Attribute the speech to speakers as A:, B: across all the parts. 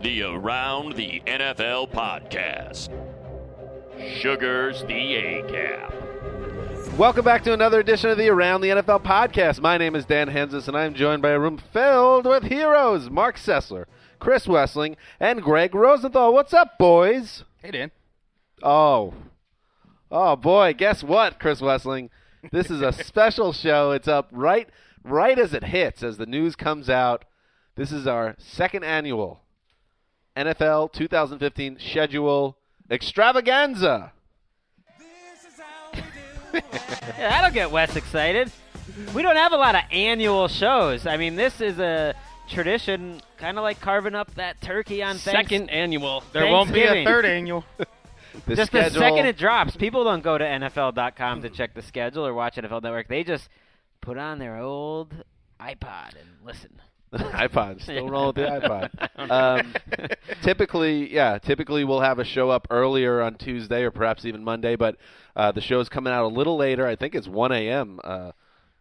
A: The Around the NFL podcast. Sugar's the A cap.
B: Welcome back to another edition of the Around the NFL podcast. My name is Dan Hensis, and I'm joined by a room filled with heroes Mark Sessler, Chris Wessling, and Greg Rosenthal. What's up, boys?
C: Hey, Dan.
B: Oh. Oh, boy. Guess what, Chris Wessling? This is a special show. It's up right, right as it hits, as the news comes out. This is our second annual NFL 2015 schedule extravaganza.
D: Yeah, that'll get Wes excited. We don't have a lot of annual shows. I mean, this is a tradition, kind of like carving up that turkey on Thanks-
C: Second annual. There won't be a
D: Thanksgiving.
C: third annual.
B: The
D: Just the
B: schedule-
D: second it drops, people don't go to NFL.com to check the schedule or watch NFL Network. They just put on their old iPod and listen.
B: iPod. Still rolling with the iPod. Um, typically, yeah, typically we'll have a show up earlier on Tuesday or perhaps even Monday, but uh, the show's coming out a little later. I think it's 1 a.m. Uh,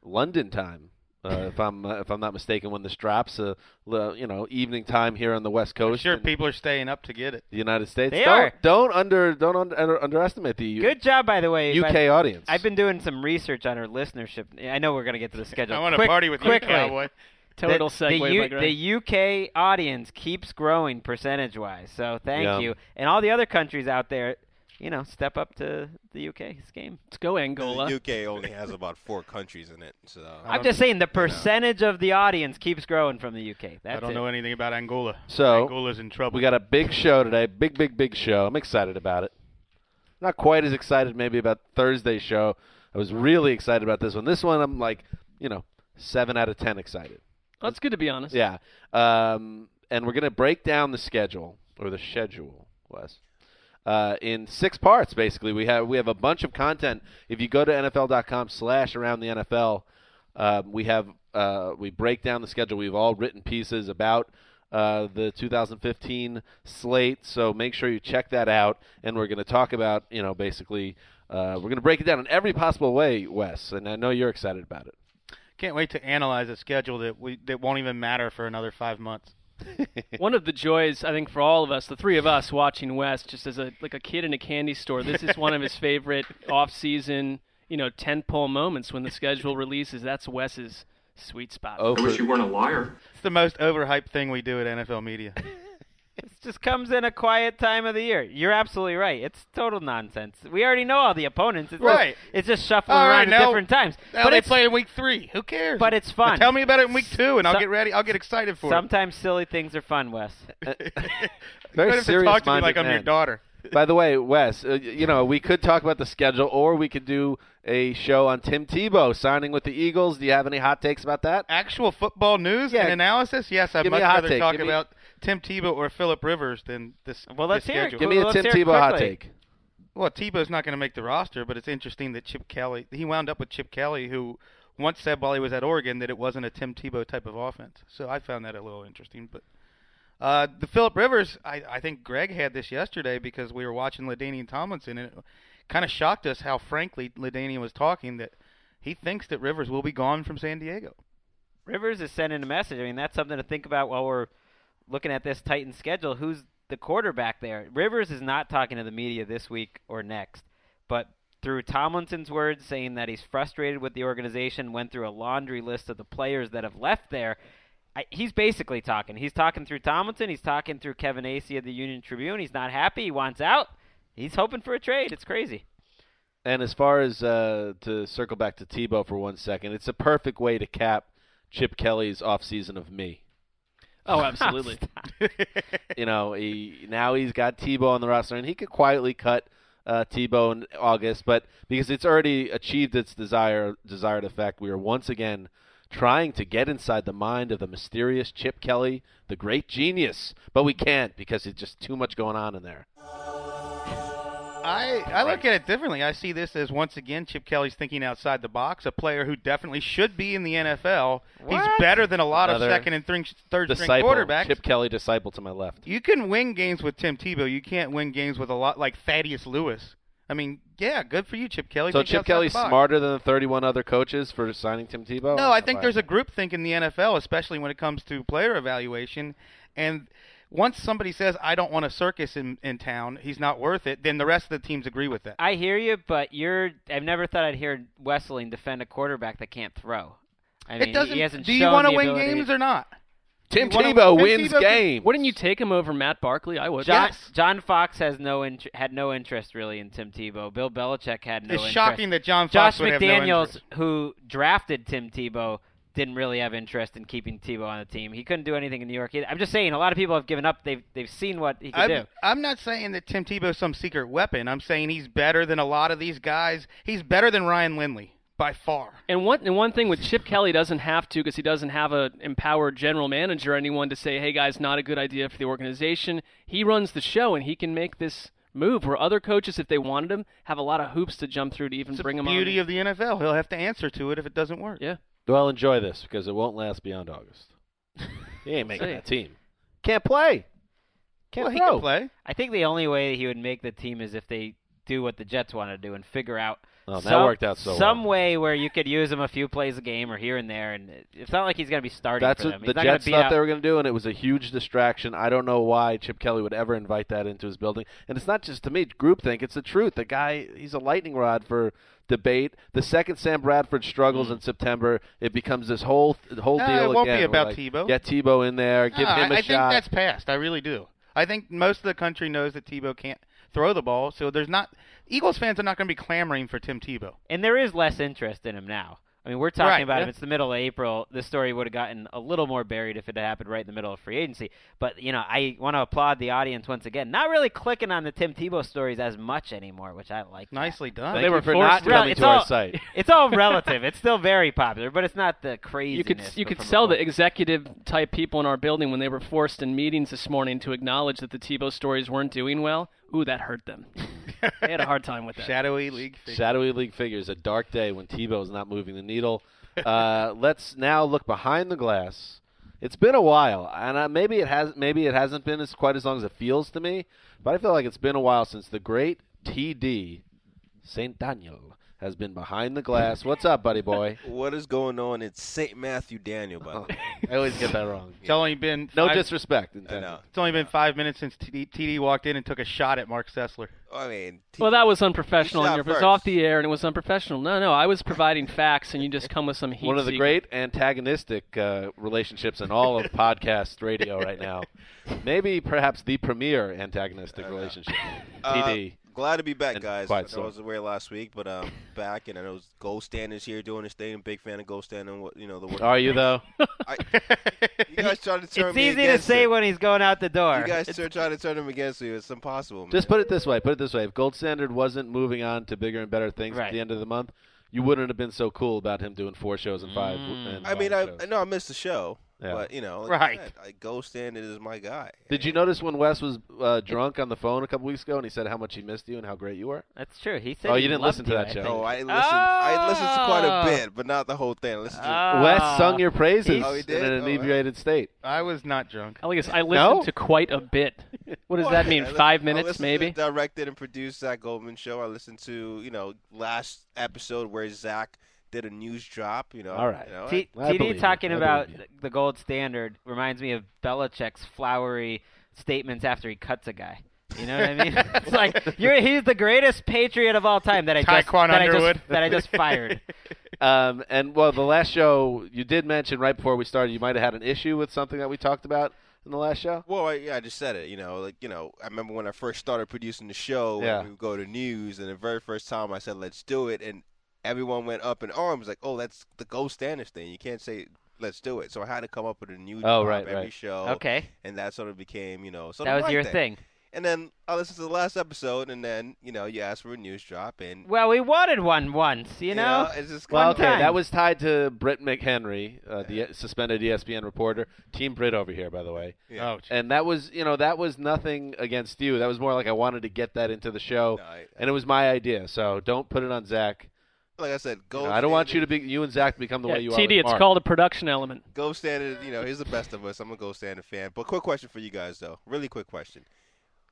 B: London time. Uh, if I'm uh, if I'm not mistaken, when this drops, uh, li- you know, evening time here on the West Coast,
C: sure,
B: in
C: people are staying up to get it.
B: the United States.
D: They
B: don't
D: are.
B: don't under don't under, under- underestimate the
D: Good job, by the way. by-
B: UK audience.
D: I've been doing some research on our listenership. I know we're going to get to the schedule.
C: I want to
D: Quick-
C: party with
D: quickly.
C: you, cowboy.
D: the, the, U- the UK audience keeps growing percentage wise, so thank
B: Yeah.
D: you. And all the other countries out there, you know, step up to the UK's game.
C: Let's go
E: The UK only has about four countries in it, so
D: I'm just saying the percentage of the audience keeps growing from the UK. That's
C: I don't
D: it.
C: know anything about Angola.
B: So-
C: Angola's in trouble.
B: We got a big show today. Big, big, big show. I'm excited about it. Not quite as excited maybe about Thursday's show. I was really excited about this one. This one I'm like, you know, seven out of ten excited.
F: That's good to be honest.
B: Yeah. Um, and we're gonna break down the schedule or the schedule was. Uh, in six parts, basically, we have we have a bunch of content. If you go to NFL.com/slash around the NFL, um, we have uh, we break down the schedule. We've all written pieces about uh, the 2015 slate, so make sure you check that out. And we're going to talk about you know basically uh, we're going to break it down in every possible way, Wes. And I know you're excited about it.
C: Can't wait to analyze a schedule that we that won't even matter for another five months.
F: One of the joys I think for all of us, the three of us watching West just as a like a kid in a candy store, this is one of his favorite off-season, you know, tentpole moments when the schedule releases. That's Wes's sweet spot.
B: Oh, for-
C: It's the most overhyped thing we do at NFL media.
D: It just comes in a quiet time of the year. You're absolutely right. It's total nonsense. We already know all the opponents. It's
C: Right.
D: Just, it's just shuffling
C: All
D: around
C: right,
D: at
C: now-
D: different times.
C: Now
D: but
C: they
D: it's
C: play in week three. Who cares?
D: but it's fun.
C: Tell me about it in week two, and I'll
D: Some-
C: get ready. I'll get excited for
D: sometimes silly things are fun, Wes.
C: it.
B: very
C: Don't have to
B: serious
C: talk to me like I'm your
B: minded man.
C: daughter.
B: By the way, Wes, uh, y- you know we could talk about the schedule, or we could do a show on Tim Tebow signing with the Eagles. Do you have any hot takes about that?
C: Actual football news
B: Yeah.
C: and analysis. Yes, I'd
B: Give me
C: much
B: a hot
C: rather
B: take.
C: talk
B: Give me-
C: about Tim Tebow or Philip Rivers than this.
D: Well, let's
C: this
D: hear it.
C: schedule.
B: Give me a
D: Let's
B: Tim
D: hear it
B: Tebow hot
D: quickly.
B: take.
C: Well, Tebow's not going to make the roster, but it's interesting that Chip Kelly he wound up with Chip Kelly, who once said while he was at Oregon that it wasn't a Tim Tebow type of offense. So I found that a little interesting, but Uh, the Philip Rivers, I, I think Greg had this yesterday because we were watching Ladainian Tomlinson, and it kind of shocked us how frankly Ladainian was talking that he thinks that Rivers will be gone from San Diego.
D: Rivers is sending a message. I mean, that's something to think about while we're looking at this Titan schedule. Who's the quarterback there? Rivers is not talking to the media this week or next, but through Tomlinson's words saying that he's frustrated with the organization, went through a laundry list of the players that have left there. I, he's basically talking. He's talking through Tomlinson. He's talking through Kevin Acey of the Union Tribune. He's not happy. He wants out. He's hoping for a trade. It's crazy.
B: And as far as uh, to circle back to Tebow for one second, it's a perfect way to cap Chip Kelly's offseason of me.
F: Oh, absolutely.
B: you know, he now he's got Tebow on the roster, and he could quietly cut uh, Tebow in August, but because it's already achieved its desire desired effect, we are once again trying to get inside the mind of the mysterious Chip Kelly, the great genius, but we can't because it's just too much going on in there.
C: I, I look at it differently. I see this as once again Chip Kelly's thinking outside the box. A player who definitely should be in the NFL. He's
D: What?
C: better than a lot
B: Another
C: of second and third, third string
B: Disciple,
C: quarterbacks.
B: Chip Kelly disciple to my left.
C: You can win games with Tim Tebow. You can't win games with a lot like Thaddeus Lewis. I mean, yeah, good for you, Chip Kelly.
B: So
C: Think
B: Chip
C: outside
B: Kelly's
C: the box.
B: smarter than the 31 other coaches for signing Tim Tebow?
C: No, I think
B: Fine.
C: there's a group think in the NFL, especially when it comes to player evaluation. And once somebody says, I don't want a circus in, in town, he's not worth it, then the rest of the teams agree with that.
D: I hear you, but you're. I've never thought I'd hear Wessling defend a quarterback that can't throw. I mean,
C: it doesn't.
D: he hasn't
C: do you
D: shown
C: want to
D: the
C: win
D: ability-
C: games or not?
B: Tim
C: You wanna-
B: Tebow
C: Tim
B: wins
C: Tebow can-
B: games.
F: Wouldn't you take him over Matt Barkley? I would.
D: John,
C: Yes.
D: John Fox has no int- had no interest really in Tim Tebow. Bill Belichick had no
C: it's
D: interest.
C: shocking that John Fox
D: Josh
C: would have no
D: McDaniels,
C: interest.
D: who drafted Tim Tebow, didn't really have interest in keeping Tebow on the team. He couldn't do anything in New York. Either. I'm just saying, a lot of people have given up. They've they've seen what he could do.
C: I'm, I'm not saying that Tim Tebow's some secret weapon. I'm saying he's better than a lot of these guys. He's better than Ryan Lindley by far.
F: And one and one thing with Chip Kelly doesn't have to because he doesn't have a empowered general manager or anyone to say, "Hey guys, not a good idea for the organization." He runs the show and he can make this move where other coaches, if they wanted him, have a lot of hoops to jump through to even
C: It's
F: bring
C: the
F: him
C: beauty
F: on.
C: of the NFL. He'll have to answer to it if it doesn't work.
F: yeah,
B: Well, enjoy this because it won't last beyond August. he ain't making
F: See.
B: that team. Can't play. Can't
C: Well, he
B: throw.
C: can play.
D: I think the only way he would make the team is if they do what the Jets want to do and figure out
B: Oh, that
D: some,
B: worked out so
D: some
B: well.
D: way where you could use him a few plays a game or here and there. And it's not like he's going to be starting
B: That's
D: for
B: what
D: them.
B: the
D: He's not gonna
B: Jets
D: beat
B: thought
D: out-
B: they were going to do, and it was a huge distraction. I don't know why Chip Kelly would ever invite that into his building. And it's not just to me groupthink; it's the truth. The guy, he's a lightning rod for debate. The second Sam Bradford
D: Hmm.
B: struggles in September, it becomes this whole th- whole
C: No,
B: deal
C: it won't
B: again.
C: be
B: We're
C: about
B: like,
C: Tebow.
B: Get Tebow in there. Give
C: No,
B: him a
C: I I
B: shot.
C: think that's past. I really do. I think most of the country knows that Tebow can't throw the ball, so there's not Eagles fans are not going to be clamoring for Tim Tebow.
D: And there is less interest in him now. I mean, we're talking
C: Right,
D: about
C: yeah.
D: if it's the middle of April, this story would have gotten a little more buried if it had happened right in the middle of free agency. But, you know, I want to applaud the audience once again. Not really clicking on the Tim Tebow stories as much anymore, which I like. that.
C: Nicely done.
B: Thank
F: They
B: you
F: were
B: for
F: forced-
B: not
D: It's rel-
B: coming
D: it's
B: to
D: all,
B: our site.
D: It's all relative. it's still very popular, but it's not the crazy.
F: you could you could sell the executive type people in our building when they were forced in meetings this morning to acknowledge that the Tebow stories weren't doing well. Ooh, that hurt them. they had a hard time with that.
C: Shadowy league. figure.
B: Shadowy league figures, a dark day when Tebow is not moving the needle. Uh, let's now look behind the glass. It's been a while, and uh, maybe it has. Maybe it hasn't been as quite as long as it feels to me. But I feel like it's been a while since the great TD Saint Daniel has been behind the glass. What's up, buddy boy?
E: What is going on? It's St. Matthew Daniel, by the way.
B: I always get that wrong.
C: It's only been
B: No
C: five,
B: disrespect.
E: I
B: intended.
E: know.
C: It's only been five minutes since TD, TD walked in and took a shot at Mark Sessler.
E: I mean, t-
F: Well, that was unprofessional.
E: You
F: on
E: shot
F: your- It was
E: first.
F: off the air and it was unprofessional. No, no, I was providing facts and you just come with some heat.
B: One of the
F: seeking.
B: great antagonistic uh, relationships in all of podcast radio right now. Maybe perhaps the premier antagonistic relationship.
E: uh,
B: TD.
E: glad to be back,
B: And
E: guys.
B: quiet
E: I know
B: storm.
E: I was away last week, but um, back and I know Gold Standing's here doing his thing. Big fan of Gold Standing. What you know the work.
B: Are you though?
E: I, you guys trying to turn
D: It's
E: me
D: easy to
E: against
D: say
E: it.
D: when he's going out the door.
E: you guys are trying to turn him against you. It's impossible. Man.
B: Just put it this way. Put it this way. If Gold Standard wasn't moving on to bigger and better things at
D: Right.
B: the end of the month, you wouldn't have been so cool about him doing four shows in five.
D: Mm.
B: and
E: I mean,
B: five
E: I,
B: shows.
E: I know I missed the show.
B: Yeah.
E: But you know, like
C: Right.
E: I said, like Ghost Standard is my guy.
B: Did you notice when Wes was uh, drunk on the phone a couple weeks ago and he said how much he missed you and how great you were?
D: That's true. He said.
B: Oh,
D: he
B: you didn't
D: loved
B: listen to
D: you,
B: that
D: I
B: show.
D: think.
E: Oh, I listened. I listened to quite a bit, but not the whole thing. I listened to
D: Uh, Oh.
B: Wes sung your praises
E: Oh, he did?
B: in an
E: Oh, wow.
B: inebriated state.
C: I was not drunk. Oh,
F: I guess I listened
B: No?
F: to quite a bit. What does
E: Well,
F: that
E: yeah,
F: mean?
E: I listen-
F: Five
E: I
F: minutes,
E: listen to
F: maybe.
E: the Directed and produced Zach Goldman show. I listened to you know last episode where Zach did a news drop. You know,
B: All right.
E: you know,
D: T-
B: I believe
D: TD
B: you.
D: talking
B: I
D: about
B: believe
D: the gold standard reminds me of Belichick's flowery statements after he cuts a guy. You know what I mean? it's like you're, he's the greatest patriot of all time that I just
C: Tyquan
D: that I
C: Underwood.
D: just that I just fired.
B: Um, and well, the last show you did mention right before we started, you might have had an issue with something that we talked about in the last show.
E: Well, I, yeah, I just said it. You know, like you know, I remember when I first started producing the show.
B: Yeah.
E: and we would go to news, and the very first time I said, "Let's do it," and everyone went up in arms, like, "Oh, that's the gold standard thing. You can't say." Let's do it. So I had to come up with a new
B: Oh,
E: drop
B: right,
E: every
B: right.
E: show,
D: Okay,
E: and that sort of became, you know, sort
D: that
E: of
D: was
E: my
D: your
E: thing.
D: thing.
E: And then I listened to the last episode, and then you know you asked for a news drop, and
D: Well, we wanted one once, you know.
E: it's just
B: Well,
D: One
B: okay,
D: time.
B: that was tied to Britt McHenry, uh, the suspended ESPN reporter. Team Britt over here, by the way.
E: Yeah.
C: Oh,
B: And that was, you know, that was nothing against you. That was more like I wanted to get that into the show,
E: No, I-
B: and it was my idea. So don't put it on Zach.
E: like I said,
B: You
E: gold.
B: know, I don't want you to
E: standard-
B: be you and Zach to become the
F: Yeah,
B: way you are.
F: TD,
B: with
F: it's
B: Mark.
F: called a production element.
E: gold standard. You know, he's the best of us. I'm a gold standard fan. But quick question for you guys though, really quick question: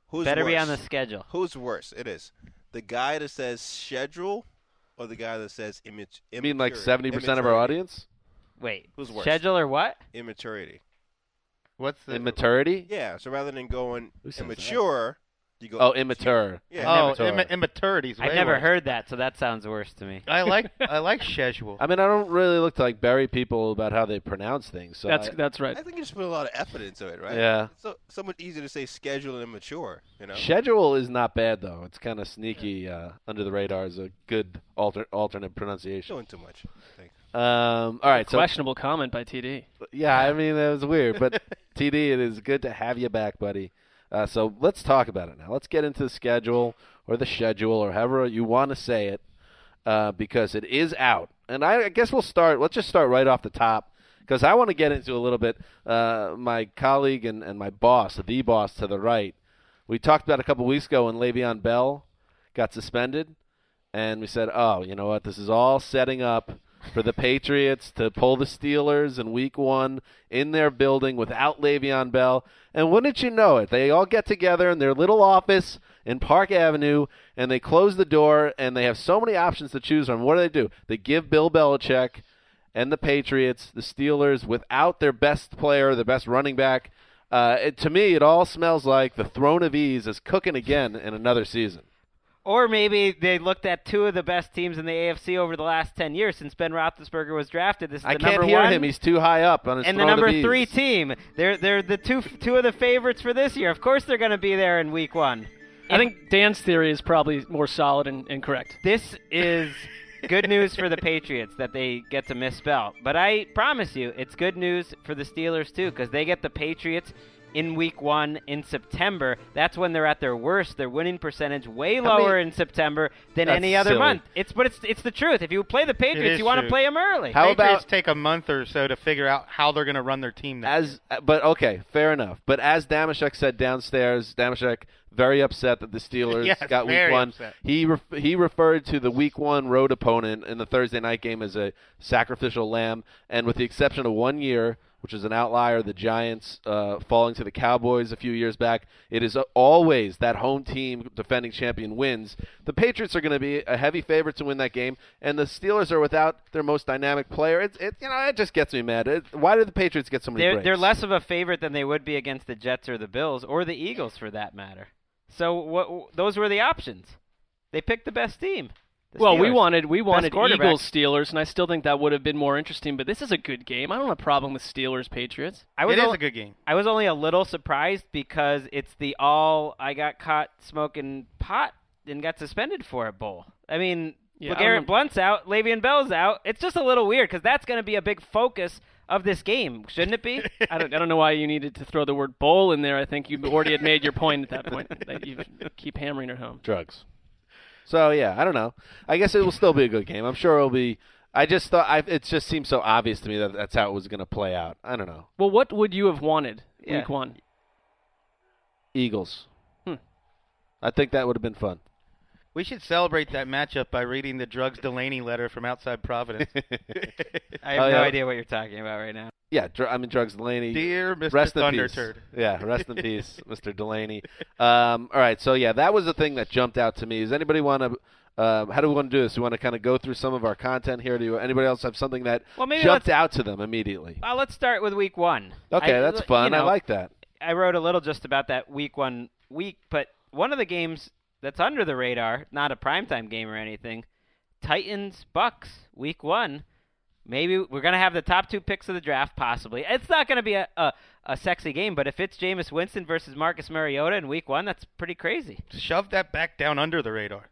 E: Who's
D: Better
E: worse?
D: be on the schedule.
E: Who's worse? It is the guy that says schedule, or the guy that says image.
B: You mean like seventy percent of our audience
D: Wait,
E: Who's worse?
D: schedule or what?
E: Immaturity.
C: what's the
B: immaturity?
E: Yeah. So rather than going
B: Who says that?
E: immature, you go.
B: Oh, immature.
E: Yeah.
C: Oh,
B: Immature.
C: imma- immaturity's
D: I
C: way
D: never
C: worse.
D: heard that, so that sounds worse to me.
C: I like I like schedule.
B: I mean, I don't really look to like bury people about how they pronounce things. So
F: That's
B: I-
F: that's right.
E: I think you just put a lot of effort into it, right?
B: Yeah.
E: It's so so much easier to say schedule and immature. You know.
B: Schedule is not bad though. It's kind of sneaky uh, under the radar is a good alter- alternate pronunciation.
E: Doing too much. I think.
B: Um, all right, so
F: Questionable comment by TD.
B: yeah, I mean that was weird, but TD, it is good to have you back, buddy. Uh, so let's talk about it now. Let's get into the schedule or the schedule or however you want to say it, uh, because it is out. And I, I guess we'll start. Let's just start right off the top because I want to get into a little bit. Uh, my colleague and, and my boss, the boss to the right, we talked about a couple weeks ago when Le'Veon Bell got suspended, and we said, "Oh, you know what? This is all setting up for the Patriots to pull the Steelers in Week One in their building without Le'Veon Bell." And wouldn't you know it, they all get together in their little office in Park Avenue, and they close the door, and they have so many options to choose from. What do they do? They give Bill Belichick and the Patriots, the Steelers, without their best player, their best running back. Uh, it, to me, it all smells like the throne of ease is cooking again in another season.
D: Or maybe they looked at two of the best teams in the AFC over the last ten years since Ben Roethlisberger was drafted. This is
B: I
D: the
B: can't
D: number
B: hear
D: one
B: him; he's too high up on his
D: and the
B: throne
D: number
B: of ease.
D: three team. They're they're the two two of the favorites for this year. Of course, they're going to be there in week one.
F: I think Dan's theory is probably more solid and, and correct.
D: This is good news for the Patriots that they get to misspell. But I promise you, it's good news for the Steelers too because they get the Patriots in week one in September. That's when they're at their worst. Their winning percentage way lower in September than
B: That's
D: any other
B: silly.
D: month. It's but it's it's the truth. If you play the Patriots,
C: is
D: you want to
C: true.
D: play them early.
B: How
C: Patriots
B: about
C: take a month or so to figure out how they're going to run their team. next
B: as? But okay, fair enough. But as Damashek said downstairs, Damashek very upset that the Steelers
C: Yes,
B: got week
C: very
B: one.
C: upset.
B: He ref- he referred to the week one road opponent in the Thursday night game as a sacrificial lamb, and with the exception of one year, which is an outlier, the Giants uh, falling to the Cowboys a few years back, it is always that home team defending champion wins. The Patriots are going to be a heavy favorite to win that game, and the Steelers are without their most dynamic player. It, it you know it just gets me mad. It, why do the Patriots get so many?
D: They're,
B: breaks?
D: they're less of a favorite than they would be against the Jets or the Bills or the Eagles for that matter. So what? Those were the options. They picked the best team. The
F: Well, we
D: Steelers.
F: wanted we wanted
D: quarterback.
F: Eagles Steelers, and I still think that would have been more interesting. But this is a good game. I don't have a problem with Steelers Patriots.
D: I
C: year.
D: was
C: It is
D: al-
C: a good game.
D: I was only a little surprised because it's the all I got caught smoking pot and got suspended for it bowl. I mean,
F: Yeah, I
D: Garrett
F: remem-
D: Blunt's out, Le'Veon Bell's out. It's just a little weird because that's going to be a big focus of this game, shouldn't it be?
F: I don't I don't know why you needed to throw the word bowl in there. I think you already had made your point at that point. That you keep hammering it home.
B: drugs. So yeah, I don't know. I guess it will still be a good game. I'm sure it'll be. I just thought I, it just seemed so obvious to me that that's how it was going to play out. I don't know.
F: Well, what would you have wanted
D: Yeah.
F: week one?
B: Eagles.
F: Hmm.
B: I think that would have been fun.
C: We should celebrate that matchup by reading the drugs Delaney letter from outside Providence.
D: I have
B: Oh,
D: no
B: yeah.
D: idea what you're talking about right now.
B: Yeah, dr- I mean drugs Delaney.
C: Dear Mr.
B: Rest in
C: Thunder
B: peace.
C: Turd.
B: Yeah, rest in peace, Mr. Delaney. Um, all right, so yeah, that was the thing that jumped out to me. Does anybody want to? Um, how do we want to do this? We want to kind of go through some of our content here. Do you, anybody else have something that
D: Well, maybe
B: jumped
D: let's-
B: out to them immediately?
D: Well, Uh, let's start with week one.
B: Okay,
D: I-
B: that's
D: you
B: fun. I
D: know,
B: like that.
D: I wrote a little just about that week one week, but one of the games that's under the radar, not a primetime game or anything, Titans Bucks week one. Maybe we're gonna have the top two picks of the draft, possibly. It's not gonna be a, a, a sexy game, but if it's Jameis Winston versus Marcus Mariota in week one, that's pretty crazy.
C: Shove that back down under the radar.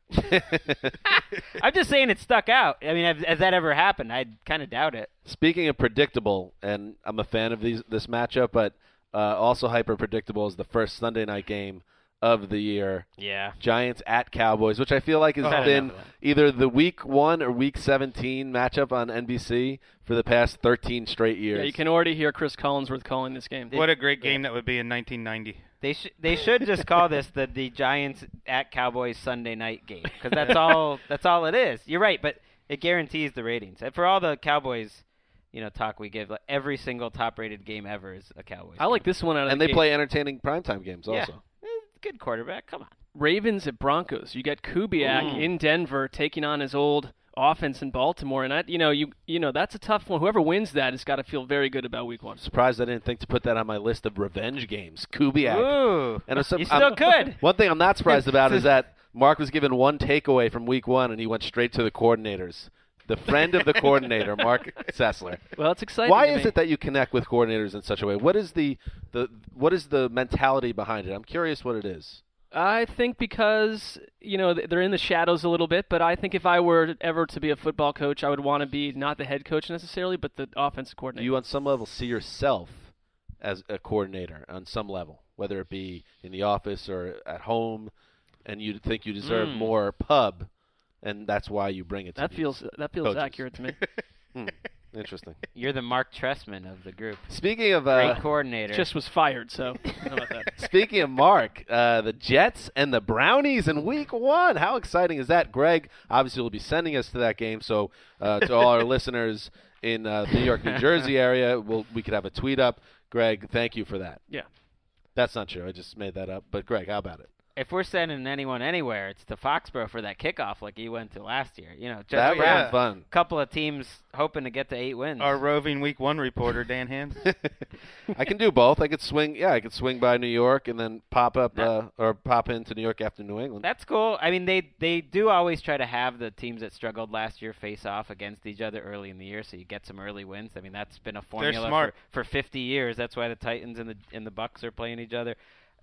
D: I'm just saying it stuck out. I mean, has, has that ever happened? I kind of doubt it.
B: Speaking of predictable, and I'm a fan of these this matchup, but uh, also hyper predictable is the first Sunday night game of the year.
D: Yeah.
B: Giants at Cowboys, which I feel like
F: Oh,
B: has been either the week one or week 17 matchup on NBC for the past 13 straight years.
F: Yeah, you can already hear Chris Collinsworth calling this game.
C: What a great game that would be in 1990.
D: They should they should just call this the the Giants at Cowboys Sunday night game because that's all that's all it is. You're right, but it guarantees the ratings. And for all the Cowboys, you know, talk we give, like, every single top rated game ever is a Cowboys.
F: I like this one out of
B: and
F: the
B: they
F: gate.
B: play entertaining primetime games
D: Yeah.
B: also.
D: Eh, Good quarterback. Come on. Mm.
F: Ravens at Broncos. You got Kubiak
D: Ooh.
F: in Denver taking on his old offense in Baltimore, and that you know you you know that's a tough one. Whoever wins that has got to feel very good about Week One.
B: Surprised I didn't think to put that on my list of revenge games. Kubiak.
D: Ooh,
B: And I'm, so-
D: you still
B: I'm-
D: could.
B: One thing I'm not surprised about is that Mark was given one takeaway from week one, and he went straight to the coordinators. The friend of the coordinator, Mark Sessler.
F: Well, it's exciting.
B: Why
F: to
B: is
F: me.
B: it that you connect with coordinators in such a way? What is the, the what is the mentality behind it? I'm curious what it is.
F: I think because you know th- they're in the shadows a little bit, but I think if I were ever to be a football coach, I would want to be not the head coach necessarily, but the offensive
B: Do
F: coordinator.
B: you, on some level, see yourself as a coordinator on some level, whether it be in the office or at home, and you think you deserve
F: Mm.
B: more pub, and that's why you bring it to
F: that
B: the-
F: feels that feels
B: coaches. Hmm.
F: accurate to me.
B: interesting.
D: You're the Mark Tressman of the group.
B: Speaking of
D: Great
B: uh,
D: coordinator.
F: Just was fired, so I don't know about that.
B: speaking of Mark, uh, the Jets and the Brownies in Week One. How exciting is that, Greg? Obviously, will be sending us to that game. So uh, to all our listeners in uh, New York, New Jersey area, we'll, we could have a tweet up. Greg, thank you for that.
F: Yeah.
B: That's not true. I just made that up. But Greg, how about it?
D: if we're sending anyone anywhere, it's to Foxborough for that kickoff, like he went to last year. You know, just
B: that would
D: around
B: have been fun.
D: a couple of teams hoping to get to eight wins.
C: Our roving week one reporter, Dan Hans.
B: I can do both. I could swing. Yeah, I could swing by New York and then pop up uh, or pop into New York after New England.
D: That's cool. I mean, they they do always try to have the teams that struggled last year face off against each other early in the year, so you get some early wins. I mean, that's been a formula
C: smart.
D: For, for 50 years. That's why the Titans and the and the Bucks are playing each other.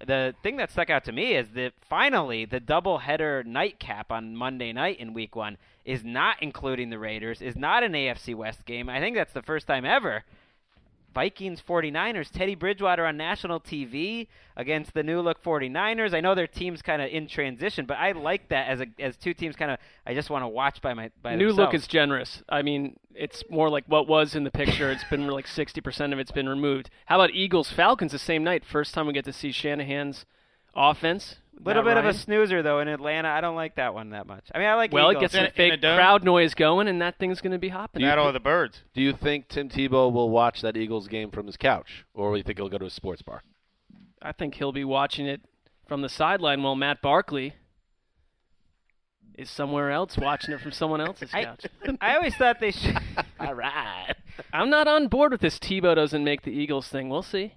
D: The thing that stuck out to me is that finally the doubleheader nightcap on Monday night in Week One is not including the Raiders, is not an AFC West game. I think that's the first time ever Vikings 49ers, Teddy Bridgewater on national TV against the new look 49ers. I know their team's kind of in transition, but I like that as a, as two teams kind of I just want to watch by my by
F: New look
D: themselves.
F: is generous. I mean, it's more like what was in the picture. It's been like 60% of it's been removed. How about Eagles Falcons the same night? First time we get to see Shanahan's offense.
D: little
F: Matt
D: bit of
F: Ryan.
D: a snoozer though in Atlanta. I don't like that one that much. I mean, I like
F: well, it
D: Eagles.
F: gets some
C: In a- in a
F: fake
C: dome?
F: crowd noise going, and that thing's going to be hopping.
C: Battle of the Birds.
B: Do you think Tim Tebow will watch that Eagles game from his couch, or do you think he'll go to a sports bar?
F: I think he'll be watching it from the sideline while Matt Barkley is somewhere else watching it from someone else's
D: I-
F: couch.
D: I always thought they should.
F: All right. I'm not on board with this Tebow doesn't make the Eagles thing. We'll see.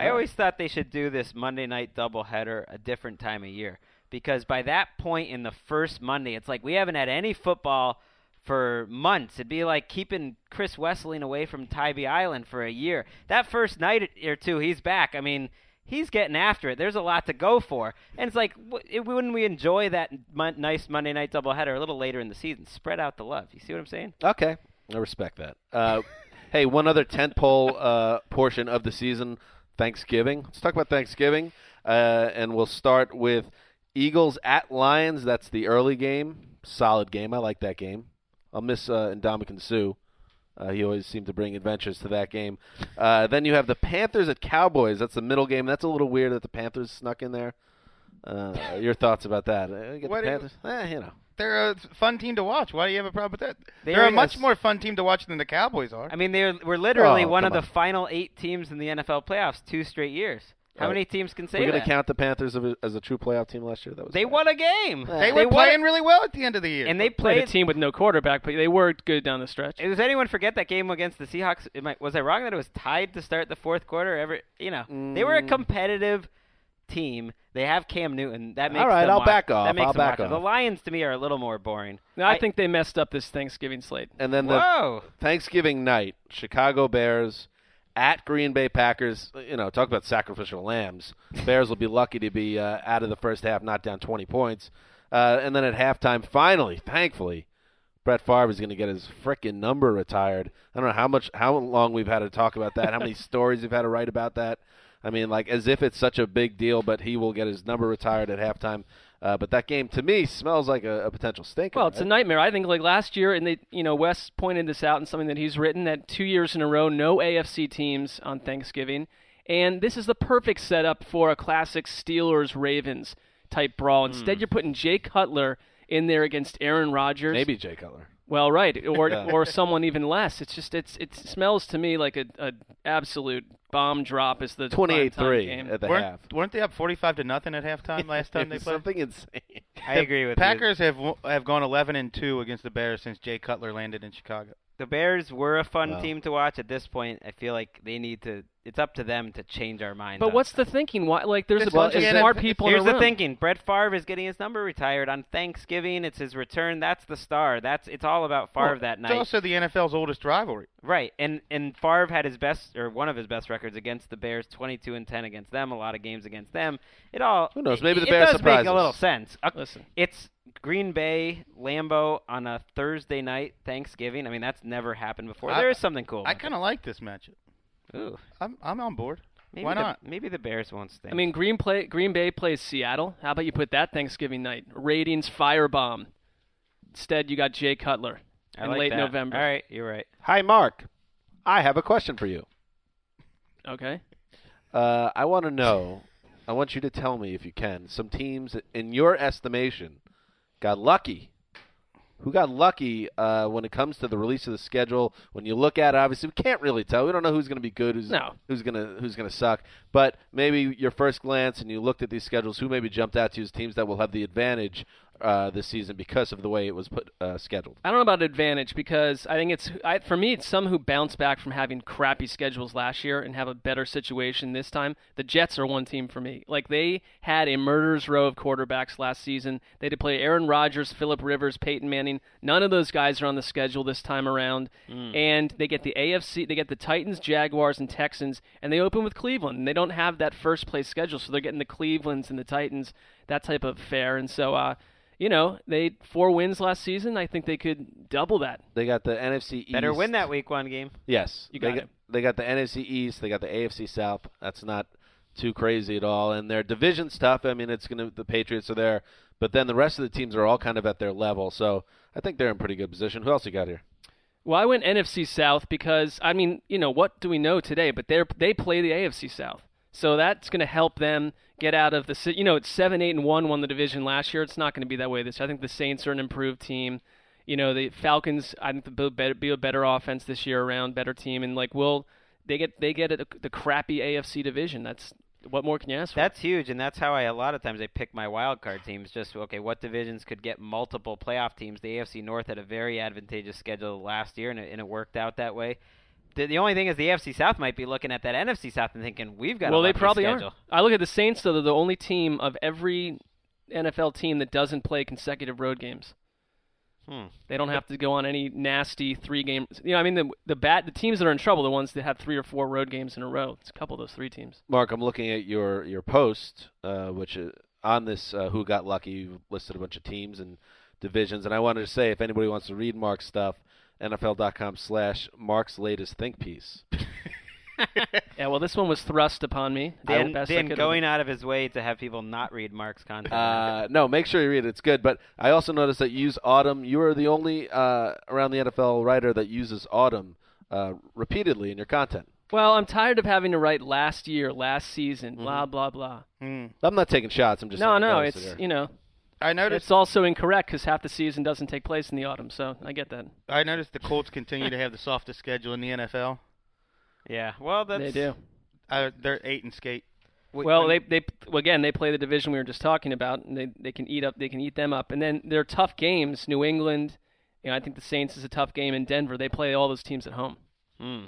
D: I always thought they should do this Monday night doubleheader a different time of year because by that point in the first Monday, it's like we haven't had any football for months. It'd be like keeping Chris Wesseling away from Tybee Island for a year. That first night or two, he's back. I mean, he's getting after it. There's a lot to go for, and it's like wh- it- wouldn't we enjoy that mon- nice Monday night doubleheader a little later in the season? Spread out the love. You see what I'm saying?
B: Okay, I respect that. Uh, hey, one other tentpole uh, portion of the season, Thanksgiving. Let's talk about Thanksgiving, uh, and we'll start with Eagles at Lions. That's the early game. Solid game. I like that game. I'll miss uh, Ndamukong Sue. Uh, he always seemed to bring adventures to that game. Uh, then you have the Panthers at Cowboys. That's the middle game. That's a little weird that the Panthers snuck in there. Uh, your thoughts about that? Uh, you get
C: What
B: the
C: do you-
B: Panthers? Eh, you know.
C: They're a fun team to watch. Why do you have a problem with that?
D: They
C: They are
D: are
C: a much
D: s-
C: more fun team to watch than the Cowboys are.
D: I mean, they were literally
B: Oh,
D: one of
B: come
D: the final eight teams in the NFL playoffs two straight years. How
B: Oh.
D: many teams can say
B: We're going
D: that?
B: to count the Panthers of- as a true playoff team last year. That was
D: they
B: bad.
D: won a game.
C: they were
D: uh, won-
C: playing really well at the end of the year.
D: and they
F: Played
D: played.
F: a team with no quarterback, but they were good down the stretch.
D: Does anyone forget that game against the Seahawks? It might, was I wrong that it was tied to start the fourth quarter? Every you know, they were a
F: Mm.
D: competitive team. They have Cam Newton. That makes
B: All right,
D: them
B: I'll
D: watch-
B: back
D: That
B: off.
D: makes
B: I'll
D: them
B: back
D: watch. The
B: off.
D: Lions to me are a little more boring.
F: No, I, think they messed up this Thanksgiving slate.
B: And then the
D: Whoa!
B: Thanksgiving night, Chicago Bears at Green Bay Packers. You know, talk about sacrificial lambs. Bears will be lucky to be uh, out of the first half, not down 20 points. Uh, and then at halftime, finally, thankfully, Brett Favre is going to get his frickin' number retired. I don't know how much, how long we've had to talk about that, how many stories we've had to write about that. I mean, like as if it's such a big deal, but he will get his number retired at halftime. Uh, but that game to me smells like a, a potential stinker.
F: Well, it's a
B: right?
F: nightmare. I think like last year, and they, you know, Wes pointed this out in something that he's written that two years in a row, no AFC teams on Thanksgiving, and this is the perfect setup for a classic Steelers Ravens type brawl. Instead,
B: Hmm.
F: you're putting Jay Cutler in there against Aaron Rodgers.
B: maybe Jay Cutler.
F: Well, right, or or someone even less. It's just it's it smells to me like a, a absolute bomb drop. Is the prime time
B: 28-3
F: game.
B: at the
C: weren't,
B: half.
C: weren't they up 45 to nothing at halftime last time they played?
B: something insane.
D: I agree with you.
C: Packers have w- have gone 11 and 2 against the Bears since Jay Cutler landed in Chicago.
D: The Bears were a fun
B: Wow.
D: team to watch at this point. I feel like they need to. It's up to them to change our minds.
F: But
D: on
F: what's
D: stuff.
F: the thinking? Why, like, there's a
C: This
F: bunch
C: is
F: of
C: the
F: smart
C: NFL.
F: people
D: Here's
F: in the
D: the
F: room.
D: thinking: Brett Favre is getting his number retired on Thanksgiving. It's his return. That's the star. That's it's all about Favre
C: Well,
D: that night.
C: It's also the NFL's oldest rivalry.
D: Right, and and Favre had his best or one of his best records against the Bears, twenty-two and ten against them, a lot of games against them. It all
B: Who knows? Maybe the
D: it,
B: Bears
D: it does
B: surprise
D: make a little
B: us.
D: sense. Uh,
F: Listen.
D: it's Green Bay, Lambeau on a Thursday night Thanksgiving. I mean, that's never happened before.
C: I-
D: there is something cool.
C: I kind of like this matchup.
D: of ooh.
C: I'm I'm on board.
D: Maybe
C: Why
D: the,
C: not?
D: Maybe the Bears won't stay.
F: I mean, Green play Green Bay plays Seattle. How about you put that Thanksgiving night ratings firebomb? Instead, you got Jay Cutler
D: I
F: in
D: like
F: late
D: that.
F: November.
D: All right, you're right.
B: Hi, Mark. I have a question for you.
F: Okay.
B: Uh, I want to know. I want you to tell me, if you can, some teams that, in your estimation got lucky. Who got lucky uh, when it comes to the release of the schedule? When you look at it, obviously we can't really tell. We don't know who's going to be good, who's
F: No.
B: who's gonna who's gonna suck. But maybe your first glance and you looked at these schedules, who maybe jumped out to you as teams that will have the advantage uh, this season because of the way it was put uh, scheduled.
F: I don't know about advantage because I think it's I, for me it's some who bounce back from having crappy schedules last year and have a better situation this time. The Jets are one team for me. Like they had a murderer's row of quarterbacks last season. They had to play Aaron Rodgers, Philip Rivers, Peyton Manning. None of those guys are on the schedule this time around.
D: Mm.
F: And they get the AFC, they get the Titans, Jaguars, and Texans, and they open with Cleveland. And they don't have that first place schedule, so they're getting the Clevelands and the Titans, that type of fare. And so. uh you know, they four wins last season. I think they could double that.
B: They got the NFC East.
D: Better win that week one game.
B: Yes,
F: You
B: they
F: got
B: got
F: it.
B: they got the NFC East, they got the AFC South. That's not too crazy at all, and their division's tough. I mean, it's gonna the Patriots are there, but then the rest of the teams are all kind of at their level. So I think they're in pretty good position. Who else you got here?
F: Well, I went NFC South because I mean, you know, what do we know today? But they are they play the AFC South, so that's going to help them get out of the. si- You know, it's seven, eight, and one won the division last year. It's not going to be that way this. year. I think the Saints are an improved team. You know, the Falcons. I think they'll be- be a better offense this year around, better team, and like will they get they get it, the crappy AFC division? That's what more can you ask for?
D: That's huge, and that's how I a lot of times I pick my wild card teams. Just okay, what divisions could get multiple playoff teams? The AFC North had a very advantageous schedule last year, and it, and it worked out that way. The, the only thing is the AFC South might be looking at that NFC South and thinking we've got.
F: well,
D: a
F: they
D: lucky
F: probably
D: schedule.
F: are. I look at the Saints though; they're the only team of every NFL team that doesn't play consecutive road games.
D: Hmm.
F: They don't have to go on any nasty three games. You know, I mean, the the bat the teams that are in trouble, the ones that have three or four road games in a row. It's a couple of those three teams.
B: Mark, I'm looking at your your post, uh, which uh, on this uh, who got lucky. You listed a bunch of teams and divisions, and I wanted to say if anybody wants to read Mark's stuff, NFL.com/slash Mark's latest think piece.
F: yeah, well, this one was thrust upon me. I did
D: Dan,
F: best I
D: Dan
F: could.
D: going out of his way to have people not read Mark's content.
B: Uh, no, make sure you read it. It's good. But I also noticed that you use autumn. You are the only uh, around the NFL writer that uses autumn uh, repeatedly in your content.
F: Well, I'm tired of having to write last year, last season, blah blah blah.
C: Mm.
B: I'm not taking shots. I'm just
F: no,
B: saying,
F: no,
B: notice it
F: it's
B: there.
F: you know,
C: I noticed.
F: it's also incorrect because half the season doesn't take place in the autumn. So I get that.
C: I noticed the Colts continue to have the softest schedule in the NFL.
D: yeah, well, that's
F: they do.
C: Uh, they're eight and skate.
F: Well, they they well, again they play the division we were just talking about, and they they can eat up they can eat them up, and then they're tough games. New England, you know, I think the Saints is a tough game in Denver. They play all those teams at home.
D: Mm.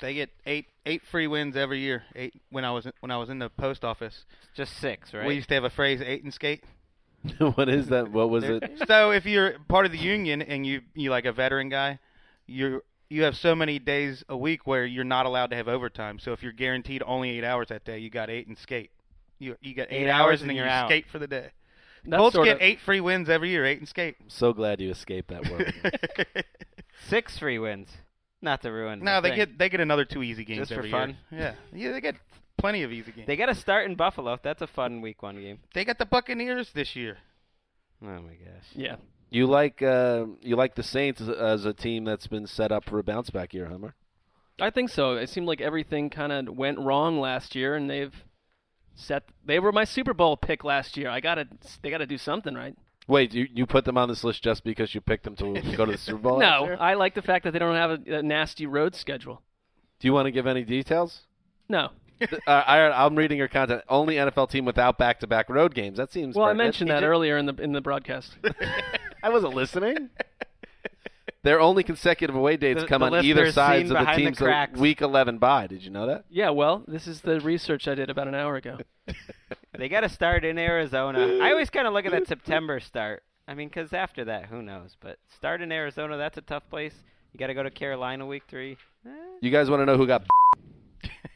C: they get eight eight free wins every year. Eight when I was when I was in the post office,
D: It's just six, right?
C: we used to have a phrase eight and skate.
B: what is that? What was it?
C: so if you're part of the union and you you like a veteran guy, you you have so many days a week where you're not allowed to have overtime. So if you're guaranteed only eight hours that day, you got eight and skate. You you got eight,
D: Eight
C: hours,
D: hours
C: and
D: and
C: then you
D: you're out.
C: skate for the day.
F: That's
C: Colts
F: sort
C: get
F: of-
C: eight free wins every year, eight and skate.
B: I'm so glad you escaped that word.
D: six free wins. Not to ruin.
C: no,
D: the
C: they
D: thing.
C: get they get another two easy games
D: Just for
C: every
D: fun.
C: year. Yeah, yeah, they get plenty of easy games.
D: They got a start in Buffalo. That's a fun week one game.
C: they got the Buccaneers this year.
D: Oh my gosh.
F: yeah.
B: you like uh, you like the Saints as, as a team that's been set up for a bounce back year, Hummer.
F: I think so. It seemed like everything kind of went wrong last year, and they've set. They were my Super Bowl pick last year. I gotta. They gotta do something right.
B: Wait, you, you put them on this list just because you picked them to go to the Super Bowl? last
F: no,
B: year?
F: I like the fact that they don't have a, a nasty road schedule.
B: Do you want to give any details?
F: No.
B: uh, I, I'm reading your content. Only NFL team without back-to-back road games. That seems.
F: Well, I
B: pertinent.
F: mentioned that earlier in the in the broadcast.
B: I wasn't listening. Their only consecutive away dates
D: The-
B: come
D: the
B: on either
D: listeners
B: sides
D: seen
B: of the
D: behind the
B: team's
D: cracks.
B: week 11 bye. Did you know that?
F: yeah. Well, this is the research I did about an hour ago.
D: They got a start in Arizona. I always kind of look at that September start. I mean, 'cause after that, who knows? But start in Arizona, that's a tough place. You got to go to Carolina week three.
B: You guys want to know who got?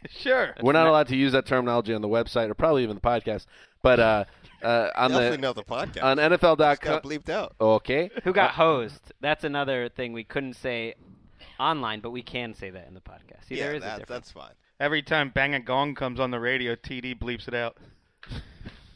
C: Sure.
B: We're not allowed to use that terminology on the website or probably even the podcast, but uh, uh, on
E: Definitely
B: the
E: not the podcast.
B: on
E: Just got
B: NFL.com.
E: bleeped out.
B: Okay.
D: Who got hosed? That's another thing we couldn't say online, but we can say that in the podcast. See,
E: yeah,
D: there is a
E: that,
D: difference.
E: that's fine.
C: Every time Bang a Gong comes on the radio, TD bleeps it out.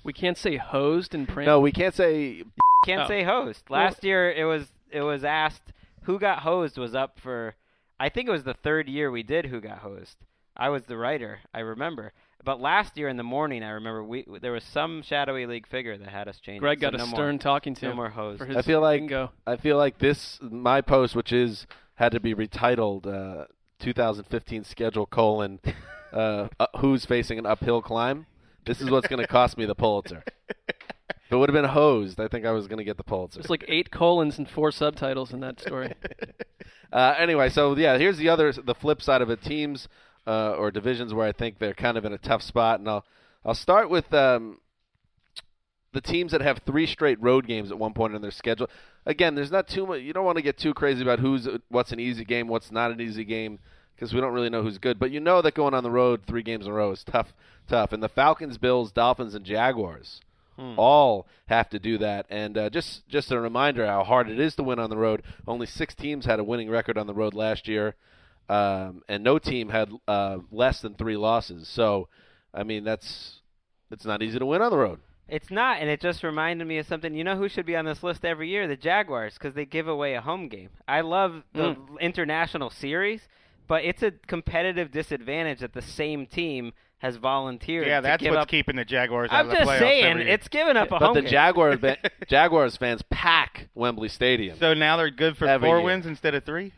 F: We can't say hosed in print.
B: No, we can't say.
D: Can't
F: Oh.
D: say host.
F: Well-
D: Last year it was it was asked who got hosed was up for I think it was the third year we did who got hosed. I was the writer, I remember. But last year in the morning, I remember we there was some shadowy league figure that had us change. it,
F: Greg
D: so
F: got a
D: no more.
F: stern talking to.
D: no more hosed.
F: For his
B: I feel like
F: bingo.
B: I feel like this my post, which is had to be retitled uh, 2015 schedule colon uh, uh, who's facing an uphill climb. This is what's going to cost me the Pulitzer. If it would have been hosed, I think I was going to get the Pulitzer.
F: There's like eight colons and four subtitles in that story.
B: Uh, anyway, so yeah, here's the other the flip side of it: teams uh, or divisions where I think they're kind of in a tough spot, and I'll I'll start with um, the teams that have three straight road games at one point in their schedule. Again, there's not too much. You don't want to get too crazy about who's what's an easy game, what's not an easy game, because we don't really know who's good. But you know that going on the road three games in a row is tough, tough. And the Falcons, Bills, Dolphins, and Jaguars all have to do that. And uh, just just a reminder how hard it is to win on the road. Only six teams had a winning record on the road last year, um, and no team had uh, less than three losses. So, I mean, that's it's not easy to win on the road.
D: It's not, and it just reminded me of something. You know who should be on this list every year? The Jaguars, because they give away a home game. I love the
F: Hmm.
D: international series, but it's a competitive disadvantage that the same team has volunteered.
C: Yeah,
D: to
C: that's
D: give
C: what's
D: up.
C: keeping the Jaguars out
D: I'm
C: of the playoffs.
D: just saying,
C: every year.
D: it's given up a
B: But
D: home
B: the
D: game.
B: Jaguars ba- Jaguars fans pack Wembley Stadium.
C: so now they're good for
B: Every
C: four
B: year.
C: wins instead of three.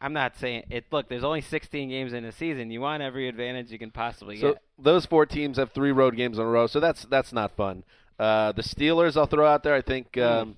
D: I'm not saying it. Look, there's only 16 games in a season. You want every advantage you can possibly
B: So
D: get.
B: those four teams have three road games in a row. So that's that's not fun. Uh, the Steelers, I'll throw out there. I think,
F: Mm.
B: um,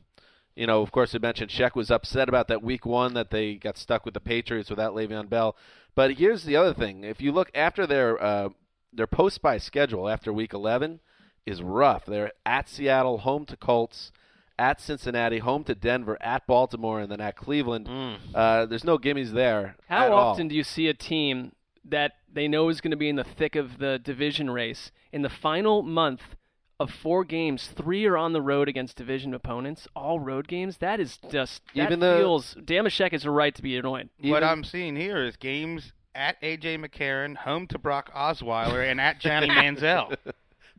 B: you know, of course, we mentioned Sheck was upset about that week one that they got stuck with the Patriots without Le'Veon Bell. But here's the other thing: if you look after their uh, their post by schedule after week 11 is rough. They're at Seattle, home to Colts. At Cincinnati, home to Denver, at Baltimore, and then at Cleveland. Uh, there's no gimmies there. at
F: Mm. How
B: all.
F: often do you see a team that they know is going to be in the thick of the division race in the final month of four games, three are on the road against division opponents, all road games? That is just that
B: Even the-
F: feels Damashek is a right to be annoyed.
B: Even-
C: what I'm seeing here is games at AJ McCarron, home to Brock Osweiler, and at Johnny Manziel.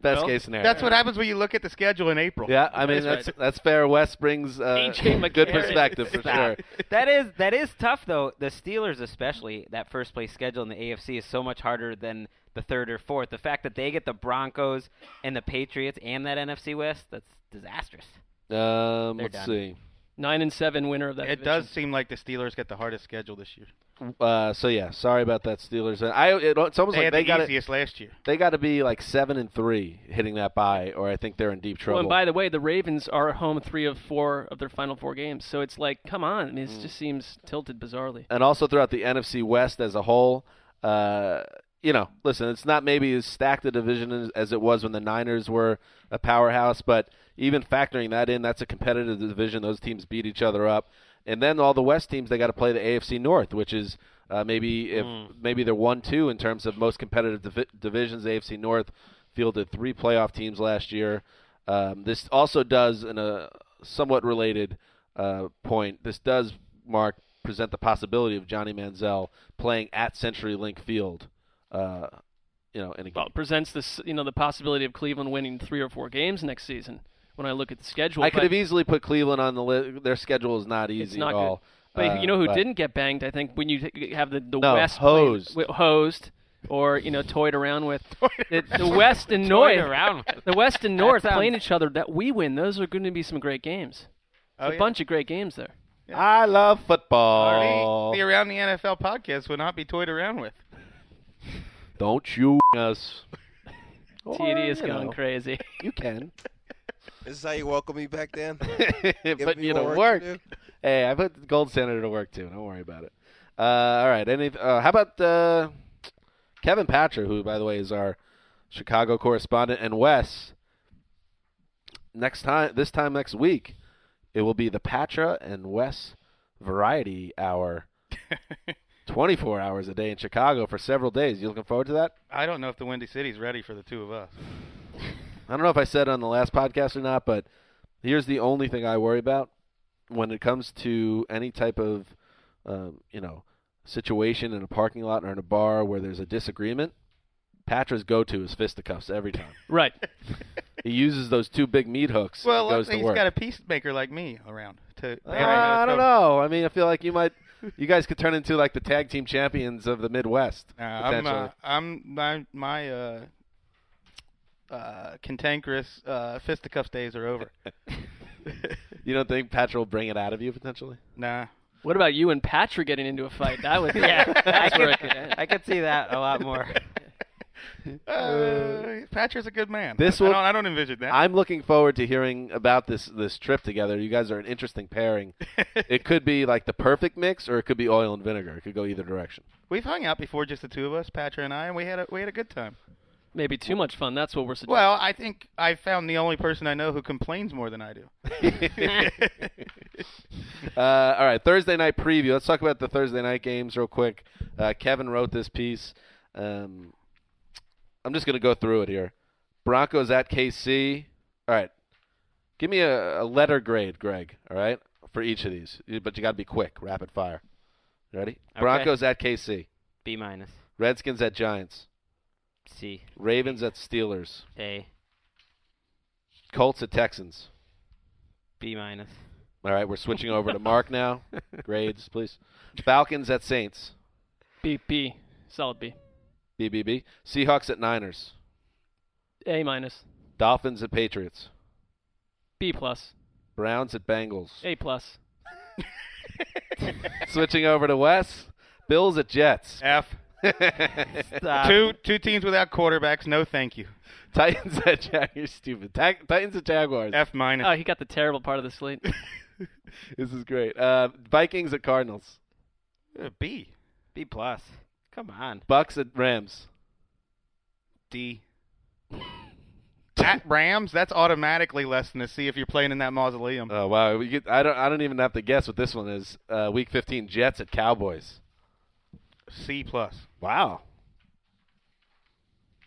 B: Best
F: Well,
B: case scenario.
C: That's what happens when you look at the schedule in April.
B: Yeah, I mean
F: That's
B: that's
F: right.
B: that's fair. West brings uh,
F: A.J.
B: good
F: McCarron.
B: perspective for sure.
D: that is that is tough though. The Steelers, especially that first place schedule in the AFC, is so much harder than the third or fourth. The fact that they get the Broncos and the Patriots and that NFC West, that's disastrous.
B: Um,
D: They're
B: let's
D: done.
B: see.
F: Nine and seven winner of that.
C: It
F: division.
C: does seem like the Steelers got the hardest schedule this year.
B: Uh, so yeah, sorry about that Steelers. I it, it's almost
C: They
B: like
C: had
B: they
C: the
B: got to
C: easiest last year.
B: they got to be like seven and three hitting that bye, or I think they're in deep
F: Well,
B: trouble.
F: and by the way, the Ravens are at home three of four of their final four games. So it's like, come on. I mean,
B: Mm.
F: it just seems tilted bizarrely.
B: and also throughout the NFC West as a whole. Uh, you know, listen, it's not maybe as stacked a division as, as it was when the Niners were a powerhouse, but even factoring that in, that's a competitive division. Those teams beat each other up, and then all the West teams they got to play the AFC North, which is uh, maybe if maybe they're one two in terms of most competitive divi- divisions. AFC North fielded three playoff teams last year. Um, this also does, in a somewhat related uh, point, this does mark present the possibility of Johnny Manziel playing at CenturyLink Field. Uh, you know, in a game.
F: Well, it presents this, you know, the possibility of Cleveland winning three or four games next season. When I look at the schedule,
B: I could
F: but-
B: have easily put Cleveland on the list. Their schedule is not easy
F: It's not
B: at
F: good.
B: all.
F: But
B: Uh,
F: you know who
B: but-
F: didn't get banged? I think when you t- have the the
B: No,
F: West play-
B: hosed.
F: wi- hosed, or you know toyed around with
C: Oh,
F: the, the West and North.
D: Toyed around with.
F: The West and North
D: sounds-
F: playing each other. That we win. Those are going to be some great games.
C: Oh,
F: a
C: yeah.
F: bunch of great games there.
B: I love football.
C: Arnie, the Around the NFL podcast would not be toyed around with.
B: Don't you us? Or,
F: TD is
B: you
F: going
B: know,
F: E crazy.
B: You can,
E: This is how you welcome me back, Dan.
B: but
E: me
B: you know,
E: more
B: work.
E: to do.
B: Hey, I put Gold Senator to work too. Don't worry about it. Uh, all right. Any? Uh, how about uh, Kevin Patcher, who, by the way, is our Chicago correspondent, and Wes. Next time, this time next week, it will be the Patra and Wes Variety Hour. 24 hours a day in Chicago for several days. You looking forward to that?
C: I don't know if the Windy City's ready for the two of us.
B: I don't know if I said on the last podcast or not, but here's the only thing I worry about when it comes to any type of, um, you know, situation in a parking lot or in a bar where there's a disagreement. Patra's go-to is fisticuffs every time.
F: right.
B: he uses those two big meat hooks.
C: Well,
B: and goes
C: luckily
B: to
C: he's
B: work.
C: got a peacemaker like me around. To
B: Uh, I don't know. I mean, I feel like you might, you guys could turn into like the tag team champions of the Midwest
C: Uh, I'm,
B: potentially.
C: uh, I'm my my uh, uh, cantankerous uh, fisticuffs days are over.
B: you don't think Patra will bring it out of you potentially?
C: nah,
F: What about you and Patrick getting into a fight? That would yeah.
D: I
F: That's where it could
D: could,
F: end.
D: I could see that a lot more.
C: uh, Patrick's a good man.
B: this
C: I
B: will-
C: don't, I don't envision that.
B: I'm looking forward to hearing about this this trip together. You guys are an interesting pairing. it could be like the perfect mix, or it could be oil and vinegar. It could go either direction.
C: We've hung out before, just the two of us, Patrick and I, and we had a we had a good time.
F: Maybe too much fun. That's what we're suggesting.
C: Well, I think I found the only person I know who complains more than I do.
B: Uh, all right, Thursday night preview. Let's talk about the Thursday night games real quick. Uh, Kevin wrote this piece. Um, I'm just going to go through it here. Broncos at KC. All right, give me a, a letter grade, Greg. All right, for each of these, You- but you got to be quick, rapid fire. You ready? Broncos at KC.
D: B minus,
B: Redskins at Giants.
D: C,
B: Ravens at Steelers.
D: A,
B: Colts at Texans.
D: B minus,
B: All right, we're switching over to Mark now. Grades, please. Falcons at Saints.
F: B B solid B
B: BBB. Seahawks at Niners.
F: A minus
B: Dolphins at Patriots.
F: B plus
B: Browns at Bengals.
F: A plus
B: Switching over to Wes. Bills at Jets.
C: F
F: Ah,
C: two two teams without quarterbacks. No, thank you.
B: Titans at Jag. You're stupid. Tag- Titans at Jaguars.
C: F minus.
F: oh he got the terrible part of the slate
B: This is great. Uh, Vikings at Cardinals.
C: Uh, B
D: B plus. Come on.
B: Bucks at Rams.
C: D. At Rams, that's automatically less than a C if you're playing in that mausoleum.
B: Oh wow! We get, I don't. I don't even have to guess what this one is. Uh, week 15. Jets at Cowboys.
C: C plus.
B: Wow.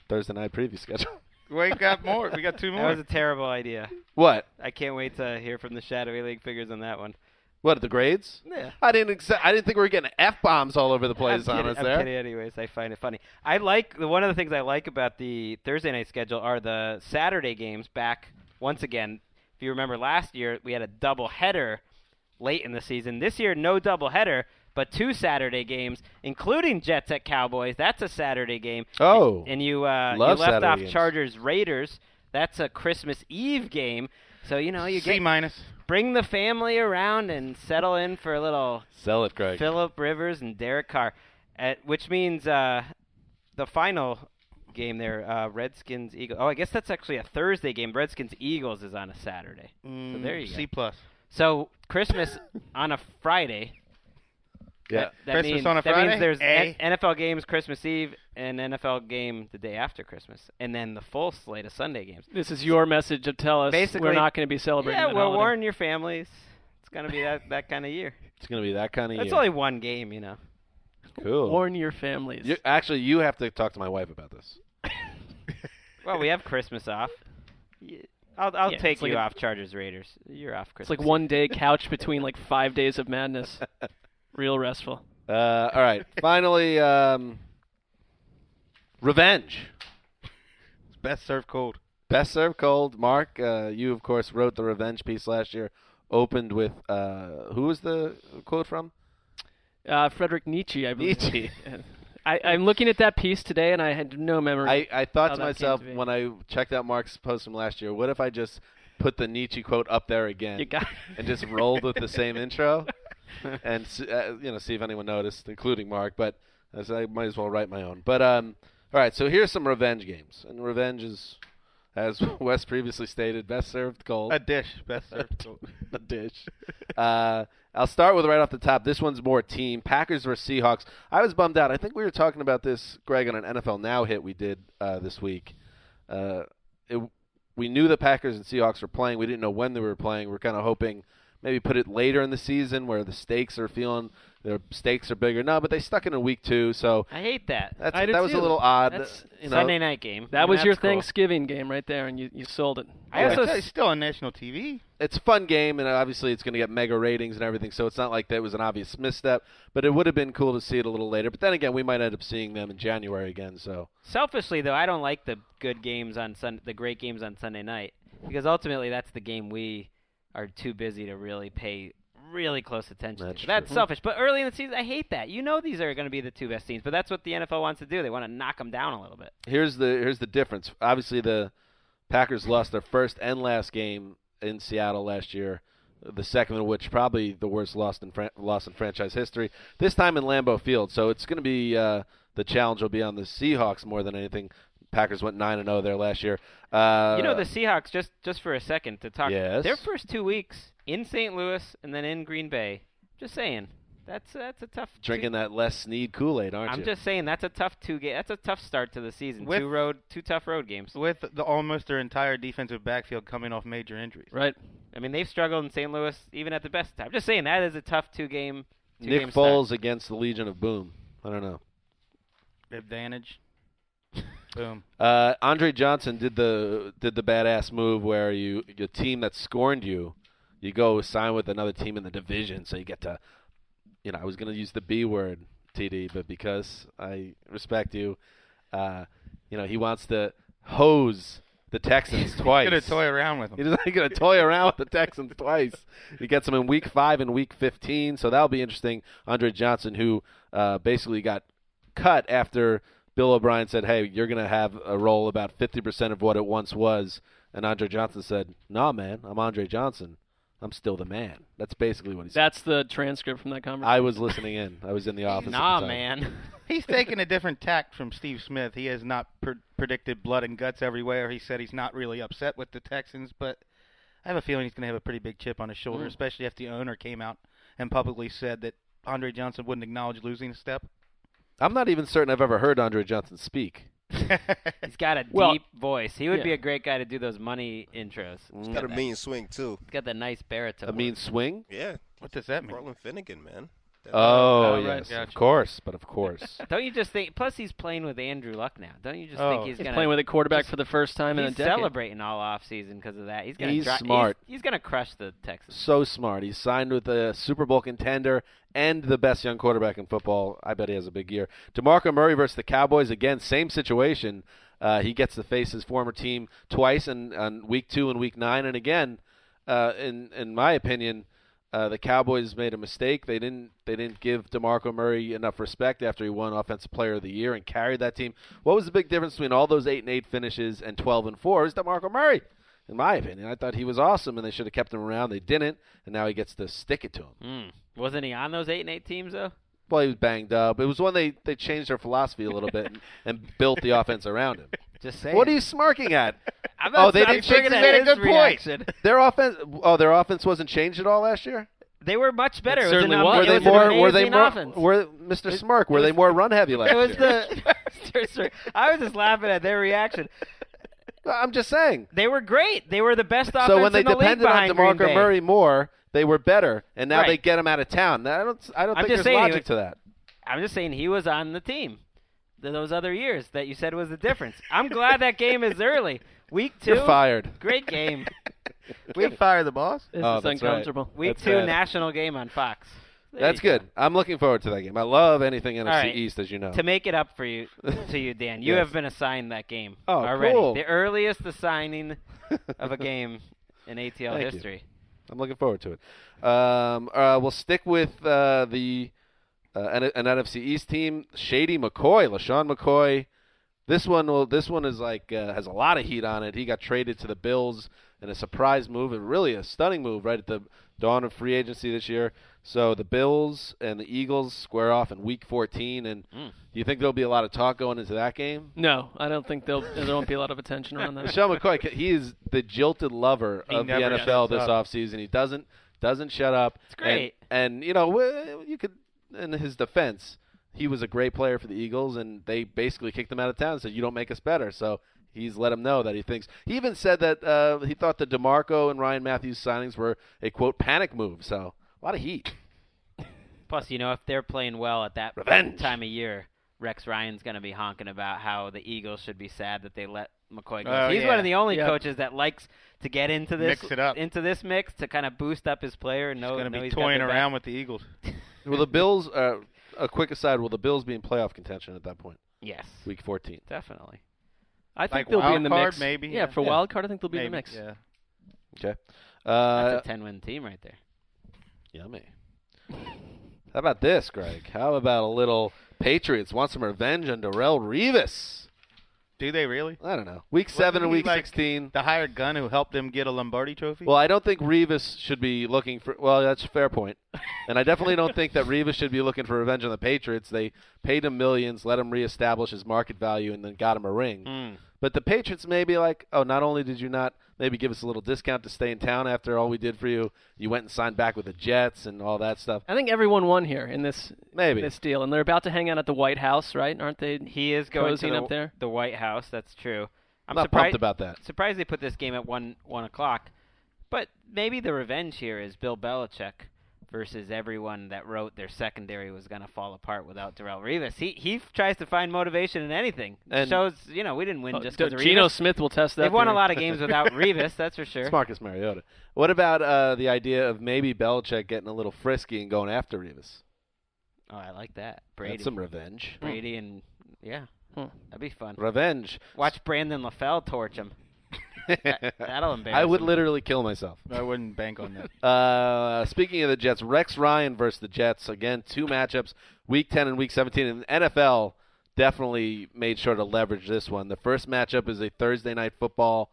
B: Thursday night preview schedule.
C: We got more. We got two
D: That was
C: more.
D: a terrible idea.
B: What?
D: I can't wait to hear from the Shadowy League figures on that one.
B: What the grades?
D: Yeah.
B: I didn't. Exa- I didn't think we were getting f bombs all over the place
D: I'm
B: on
D: kidding,
B: us
D: I'm
B: there.
D: kidding anyways. I find it funny. I like the one of the things I like about the Thursday night schedule are the Saturday games back once again. If you remember last year, we had a double header late in the season. This year, no double header, but two Saturday games, including Jets at Cowboys. That's a Saturday game.
B: Oh.
D: and, and you uh, you
B: Love
D: left
B: Saturday
D: off
B: games.
D: Chargers Raiders. That's a Christmas Eve game. So you know you
C: C
D: get,
C: minus.
D: bring the family around and settle in for a little
B: Sell it, Greg.
D: Philip Rivers and Derek Carr, uh, which means uh, the final game there, uh, Redskins Eagles. Oh, I guess that's actually a Thursday game. Redskins Eagles is on a Saturday.
C: Mm,
D: there you go.
C: C plus.
D: So Christmas on a Friday.
B: yeah.
D: That
C: Christmas
D: means,
C: on a
D: that
C: Friday?
D: means there's
C: Eh.
D: N- NFL games Christmas Eve and NFL game the day after Christmas, and then the full slate of Sunday games.
F: This is your message to tell us
D: Basically-
F: we're not going to be celebrating.
D: yeah,
F: that
D: well,
F: holiday.
D: warn your families. It's gonna be that, that kind of year.
B: It's gonna be that kind of
D: That's
B: year.
D: only one game, you know.
B: cool.
F: Warn your families.
B: You- actually, you have to talk to my wife about this.
D: Well, we have Christmas off. Y- I'll, I'll
F: Yeah,
D: take
F: it's like
D: you
F: a-
D: off Chargers Raiders. You're off
F: it's
D: Christmas.
F: like one day couch between like five days of madness. Real restful.
B: Uh, all right. Finally, um, revenge.
C: It's best served cold.
B: Best served cold. Mark, uh, you of course wrote the revenge piece last year. Opened with uh, who was the quote from?
F: Uh, Frederick Nietzsche, I believe.
B: Nietzsche.
F: I, I'm looking at that piece today, and I had no memory.
B: I, I thought
F: How
B: to
F: that came
B: myself
F: to be.
B: when I checked out Mark's post from last year, what if I just put the Nietzsche quote up there again
F: You got-
B: and just rolled with the same intro and s- uh, you know see if anyone noticed, including Mark. But I, said I might as well write my own. But um, all right, so here's some revenge games, and revenge is, as Wes previously stated, best served cold.
C: A dish. Best served cold.
B: the dish. Uh, I'll start with right off the top. This one's more team. Packers versus Seahawks. I was bummed out. I think we were talking about this, Greg, on an NFL Now hit we did uh, this week. Uh, it, we knew the Packers and Seahawks were playing. We didn't know when they were playing. We are kind of hoping maybe put it later in the season where the stakes are feeling their stakes are bigger. No, but they stuck in a week two, so
D: I hate that.
B: that's,
F: I do
B: that was a
F: too.
B: little odd.
F: That's
B: you know,
D: Sunday night game.
F: that
D: I mean,
F: was your
D: that's cool.
F: Thanksgiving game right there, and you, you sold it.
D: I also
C: it's still on national TV.
B: it's a fun game, and obviously it's going to get mega ratings and everything. So it's not like that was an obvious misstep, but it would have been cool to see it a little later. But then again, we might end up seeing them in January again. So
D: selfishly though, I don't like the good games on Sun, the great games on Sunday night, because ultimately that's the game we are too busy to really pay really close attention
B: That's true.
D: to. That's selfish. But early in the season, I hate that. You know, these are going to be the two best teams, but that's what the NFL wants to do. They want to knock them down a little bit.
B: here's the here's the difference. Obviously, the Packers lost their first and last game in Seattle last year. The second of which probably the worst loss in fran- loss in franchise history. This time in Lambeau Field, so it's going to be uh, the challenge will be on the Seahawks more than anything. Packers went nine and zero there last year. Uh,
D: You know, the Seahawks just just for a second to talk.
B: Yes.
D: Their first two weeks in St. Louis and then in Green Bay. Just saying, that's that's a tough.
B: drinking
D: two,
B: that less Sneed Kool Aid, aren't
D: I'm
B: you?
D: just saying that's a tough two game. That's a tough start to the season.
C: With-
D: two road, two tough road games.
C: With the almost their entire defensive backfield coming off major injuries.
F: Right.
D: I mean, they've struggled in St. Louis even at the best time. Just saying that is a tough two game. Two
B: Nick
D: game
B: Foles against the Legion of Boom. I don't know.
C: Advantage. Boom.
B: Uh, Andre Johnson did the did the badass move where you your team that scorned you, you go sign with another team in the division, so you get to, you know, I was gonna use the B word, TD, but because I respect you, uh, you know, he wants to hose the Texans twice.
C: Going to toy around with them.
B: He's not going to toy around with the Texans twice. He gets them in week five and week 15, so that'll be interesting. Andre Johnson, who uh, basically got cut after Bill O'Brien said, hey, you're going to have a role about 50% of what it once was. And Andre Johnson said, nah, man, I'm Andre Johnson. I'm still the man. That's basically what he said.
F: That's the transcript from that conversation.
B: I was listening in. I was in the office.
D: Start.
B: at
D: Nah,
B: the time.
D: man.
C: He's taking a different tact from Steve Smith. He has not pr- predicted blood and guts everywhere. He said he's not really upset with the Texans, but I have a feeling he's going to have a pretty big chip on his
F: Mm.
C: shoulder, especially if the owner came out and publicly said that Andre Johnson wouldn't acknowledge losing a step.
B: I'm not even certain I've ever heard Andre Johnson speak.
D: He's got a
F: Well,
D: deep voice. He would be
F: yeah.
D: a great guy to do those money intros. He's
E: Got a
D: that-
E: mean swing too.
D: He's got that nice baritone.
B: A mean swing?
E: Yeah,
C: what does that mean?
E: Portland Finnegan, man. uh,
B: Oh,
D: Uh,
F: Oh, right.
B: yes,
C: Gotcha.
B: of course, but of course.
D: Don't you just think? Plus, he's playing with Andrew Luck now. Don't you just
C: Oh.
D: think he's,
F: He's
D: gonna
F: playing with a quarterback for the first time in a
D: he's
F: decade.
D: celebrating all off season because of that. He's gonna
B: He's
D: dri-
B: smart.
D: He's, he's gonna crush the Texans.
B: so smart. He's signed with a Super Bowl contender and the best young quarterback in football. I bet he has a big year. DeMarco Murray versus the Cowboys again, same situation. Uh, he gets to face his former team twice, in, on week two and week nine, and again, uh, in in my opinion, uh, the Cowboys made a mistake. They didn't they didn't give DeMarco Murray enough respect after he won Offensive Player of the Year and carried that team. What was the big difference between all those eight and eight finishes and twelve and four? Is DeMarco Murray, in my opinion, I thought he was awesome and they should have kept him around. They didn't, and now he gets to stick it to him.
D: Mm. Wasn't he on those eight and eight teams though?
B: Well, he was banged up. It was when they they changed their philosophy a little bit and, and built the offense around him.
D: Just saying.
B: What are you smirking at?
D: I'm
B: oh, they
D: I'm
B: didn't
D: smirking
B: fix
D: at
B: it. Made a
D: his
B: good point.
D: reaction.
B: Their offense, oh, their offense wasn't changed at all last year.
D: They were much better. It was
F: certainly
D: an,
F: was.
B: Um,
D: it
B: were they
D: was an
B: more? Were they
D: amazing
B: more?
D: offense.
B: Were Mr. Smirk? Were they more run heavy last
D: it was
B: year?
D: the. I was just laughing at their reaction.
B: I'm just saying.
D: They were great. They were the best offense
B: So when they
D: in the league
B: depended on
D: behind Green
B: Demarco
D: Bay.
B: Murray more, they were better, and now
D: Right.
B: they get him out of town. I don't. I don't
D: I'm
B: think there's
D: just saying,
B: logic
D: it-
B: to that.
D: I'm just saying he was on the team th- those other years that you said was the difference. I'm glad that game is early. Week 2
B: You're fired.
D: Great game.
C: We fire the boss.
F: This
B: Oh,
F: is
B: that's right.
F: uncomfortable.
D: Week
B: That's
D: two
B: bad.
D: national game on Fox. There
B: That's
D: you go.
B: good. I'm looking forward to that game. I love anything NFC
D: right.
B: East, as you know.
D: To make it up for you to you, Dan, you
B: Yes.
D: have been assigned that game
B: Oh,
D: already.
B: cool.
D: The earliest assigning of a game in ATL
B: Thank you.
D: history.
B: I'm looking forward to it. Um, uh, we'll stick with uh, the uh, an, an NFC East team, Shady McCoy, Lashawn McCoy. This one will. This one is like uh, has a lot of heat on it. He got traded to the Bills in a surprise move, and really a stunning move right at the dawn of free agency this year. So the Bills and the Eagles square off in Week 14, and do you think there'll be a lot of talk going into that game?
F: No, I don't think they'll. There won't be a lot of attention around that.
B: Sean McCoy, c- he is the jilted lover
C: He
B: of the
C: never
B: NFL this
C: shuts up.
B: offseason. He doesn't doesn't shut up. It's
D: great.
B: And, and, you know, w- you could in his defense, he was a great player for the Eagles, and they basically kicked him out of town and said, "You don't make us better." So he's let him know that he thinks. He even said that uh, he thought the Demarco and Ryan Matthews signings were a quote panic move. So a lot of heat.
D: Plus, you know, if they're playing well at that
B: Revenge.
D: time of year, Rex Ryan's going to be honking about how the Eagles should be sad that they let McCoy go.
C: Oh,
D: He's
C: yeah.
D: one of the only
F: Yep.
D: coaches that likes to get into this
C: Mix it up.
D: into this mix to kind of boost up his player. And know,
C: Going
D: know
C: to be
D: he's got
C: toying
D: their
C: around
D: back.
C: with the Eagles.
B: Will the Bills? Uh, a quick aside: Will the Bills be in playoff contention at that point?
D: Yes,
B: Week 14.
D: definitely.
F: I think
C: Like
F: they'll be
C: wild
F: in the
C: card,
F: mix.
C: maybe,
F: Yeah,
C: yeah.
F: for
B: Yeah.
F: wild card, I think they'll be in
C: Maybe,
F: the mix.
C: Yeah.
B: Okay.
D: That's
B: Uh,
D: a ten-win team right there.
B: Yummy. How about this, Greg? How about a little Patriots want some revenge on Darrell Revis?
C: Do they really?
B: I don't know. Week
C: Wasn't
B: seven and
C: he,
B: week
C: like,
B: sixteen.
C: The hired gun who helped them get a Lombardi trophy.
B: Well, I don't think Revis should be looking for. Well, that's a fair point, and I definitely don't think that Revis should be looking for revenge on the Patriots. They paid him millions, let him reestablish his market value, and then got him a ring. But the Patriots may be like, oh, not only did you not maybe give us a little discount to stay in town after all we did for you, you went and signed back with the Jets and all that stuff.
F: I think everyone won here in this
B: Maybe
F: this deal, and they're about to hang out at the White House, right? Aren't they?
D: He is going to
F: cozying
D: the,
F: up there.
D: the White House. That's true.
B: I'm
D: I'm
B: not
D: surprised
B: pumped about that.
D: surprised they put this game at one one o'clock. But maybe the revenge here is Bill Belichick versus everyone that wrote their secondary was going to fall apart without Darrell Revis. He he f- tries to find motivation in anything.
B: And-
D: Shows you know we didn't win
F: Oh,
D: just
F: D-
D: because of
F: Geno
D: Revis.
F: Smith will test that.
D: They've won a
F: theory.
D: lot of games without Revis, that's for sure.
B: It's Marcus Mariota. What about uh, the idea of maybe Belichick getting a little frisky and going after Revis?
D: Oh, I like that. Brady,
B: That's some revenge.
D: Brady, and yeah,
F: Hmm.
D: that'd be fun.
B: Revenge.
D: Watch Brandon LaFell torch him. That'll embarrass.
B: I would
D: him.
B: literally kill myself.
C: I wouldn't bank on that.
B: Uh, speaking of the Jets, Rex Ryan versus the Jets. Again, two matchups, Week 10 and Week 17. And the NFL definitely made sure to leverage this one. The first matchup is a Thursday night football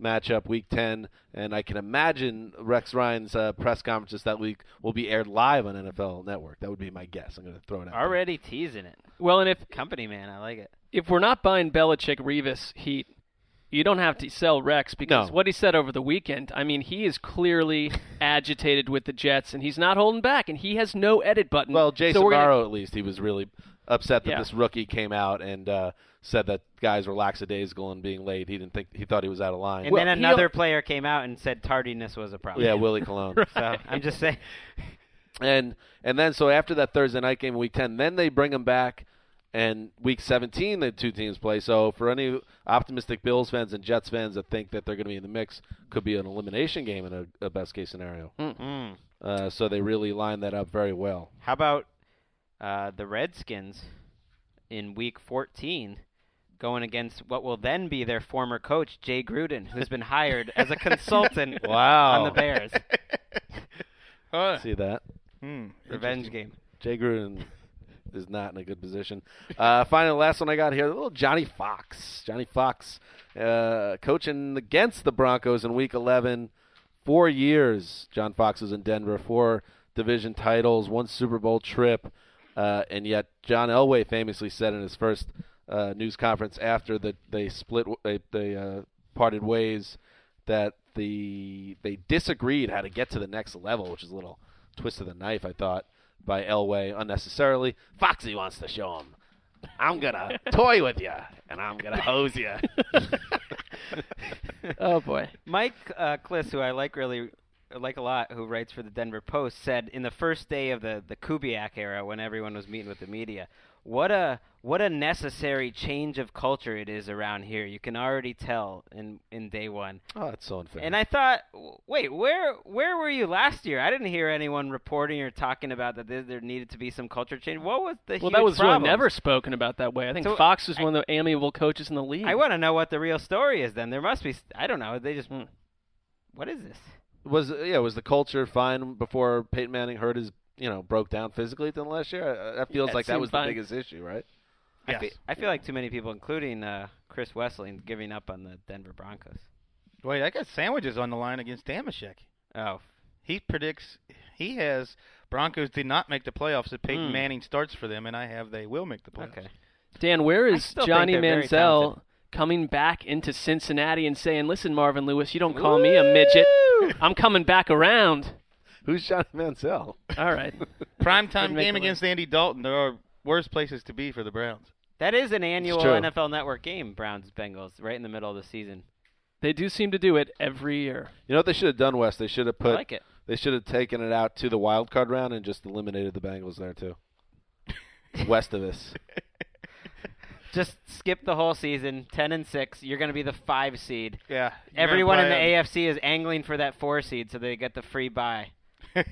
B: matchup, Week 10. And I can imagine Rex Ryan's uh, press conferences that week will be aired live on NFL Network. That would be my guess. I'm going to throw it out. there.
D: already teasing it.
F: Well, and if
D: Company man, I like it.
F: if we're not buying Belichick Revis heat, you don't have to sell Rex because
B: No.
F: what he said over the weekend, I mean, he is clearly agitated with the Jets and he's not holding back and he has no edit button.
B: Well,
F: Mm-hmm. So
B: Jason
F: we're gonna-
B: Morrow, at least, he was really upset that
F: Yeah.
B: this rookie came out and uh, said that guys were lackadaisical and being late. He didn't think he thought he was out of line.
D: And
F: Well,
D: then
F: he
D: another
F: al-
D: player came out and said tardiness was a problem.
B: yeah, Willie Colon.
D: So I'm just saying.
B: And and then so after that Thursday night game in week 10, then they bring them back and week 17 the two teams play. So for any optimistic Bills fans and Jets fans that think that they're going to be in the mix, could be an elimination game in a, a best case scenario.
D: Mm.
B: Uh, so they really line that up very well.
D: How about uh, the Redskins in Week 14 going against what will then be their former coach Jay Gruden, who's been hired as a consultant on
B: Wow.
D: the Bears.
F: Huh.
B: See that?
C: Hmm.
D: Revenge game.
B: Jay Gruden is not in a good position. Uh, finally, last one I got here, little Johnny Fox. Johnny Fox uh, coaching against the Broncos in Week 11. Four years John Fox was in Denver, four division titles, one Super Bowl trip, uh, and yet John Elway famously said in his first uh, news conference after that they split, they, they uh, parted ways, that the they disagreed how to get to the next level, which is a little twist of the knife, I thought, by Elway unnecessarily. Foxy wants to show him. I'm gonna toy with you, and I'm gonna hose you.
F: Oh boy.
D: Mike uh, Kliss, who I like really I like a lot, who writes for the Denver Post, said in the first day of the the Kubiak era, when everyone was meeting with the media, what a what a necessary change of culture it is around here. You can already tell in in day one.
B: oh, that's so unfair.
D: And I thought, w- wait, where where were you last year? I didn't hear anyone reporting or talking about that there, there needed to be some culture change. What was the
F: Well,
D: huge
F: that was really
D: problem?
F: never spoken about that way. I think
D: So,
F: Fox was one of the amiable coaches in the league.
D: I want to know what the real story is. Then there must be. s- I don't know. They just.
F: Hmm.
D: What is this?
B: was yeah was the culture fine before Peyton Manning hurt his you know broke down physically than last year? Uh, That feels
F: Yeah, it
B: like that
F: seemed
B: was
F: fine.
B: the biggest issue, right?
D: I, feel, I feel like too many people, including uh, Chris Wessling, giving up on the Denver Broncos.
C: Wait, I got sandwiches on the line against Damashek.
D: Oh,
C: He predicts he has Broncos did not make the playoffs if Peyton
F: Hmm.
C: Manning starts for them, and I have they will make the playoffs.
D: okay.
F: Dan, where
D: I
F: is
D: still think
F: Johnny
D: they're very
F: Manziel
D: talented.
F: coming back into Cincinnati and saying, "Listen, Marvin Lewis, you don't call me a midget. I'm coming back around."
B: Who's Johnny Mansell?
F: All right.
C: Primetime
F: make
C: game
F: the
C: against Andy Dalton. There are worse places to be for the Browns.
D: That is an annual
B: true.
D: NFL Network game, Browns Bengals, right in the middle of the season.
F: They do seem to do it every year.
B: You know what they should have done, Wes? They should have put
D: I like it.
B: they should have taken it out to the wild card round and just eliminated the Bengals there too. West of us.
D: Just skip the whole season, ten and six. You're going to be the five seed.
C: Yeah.
D: Everyone in the AFC is angling for that four seed, so they get the free bye.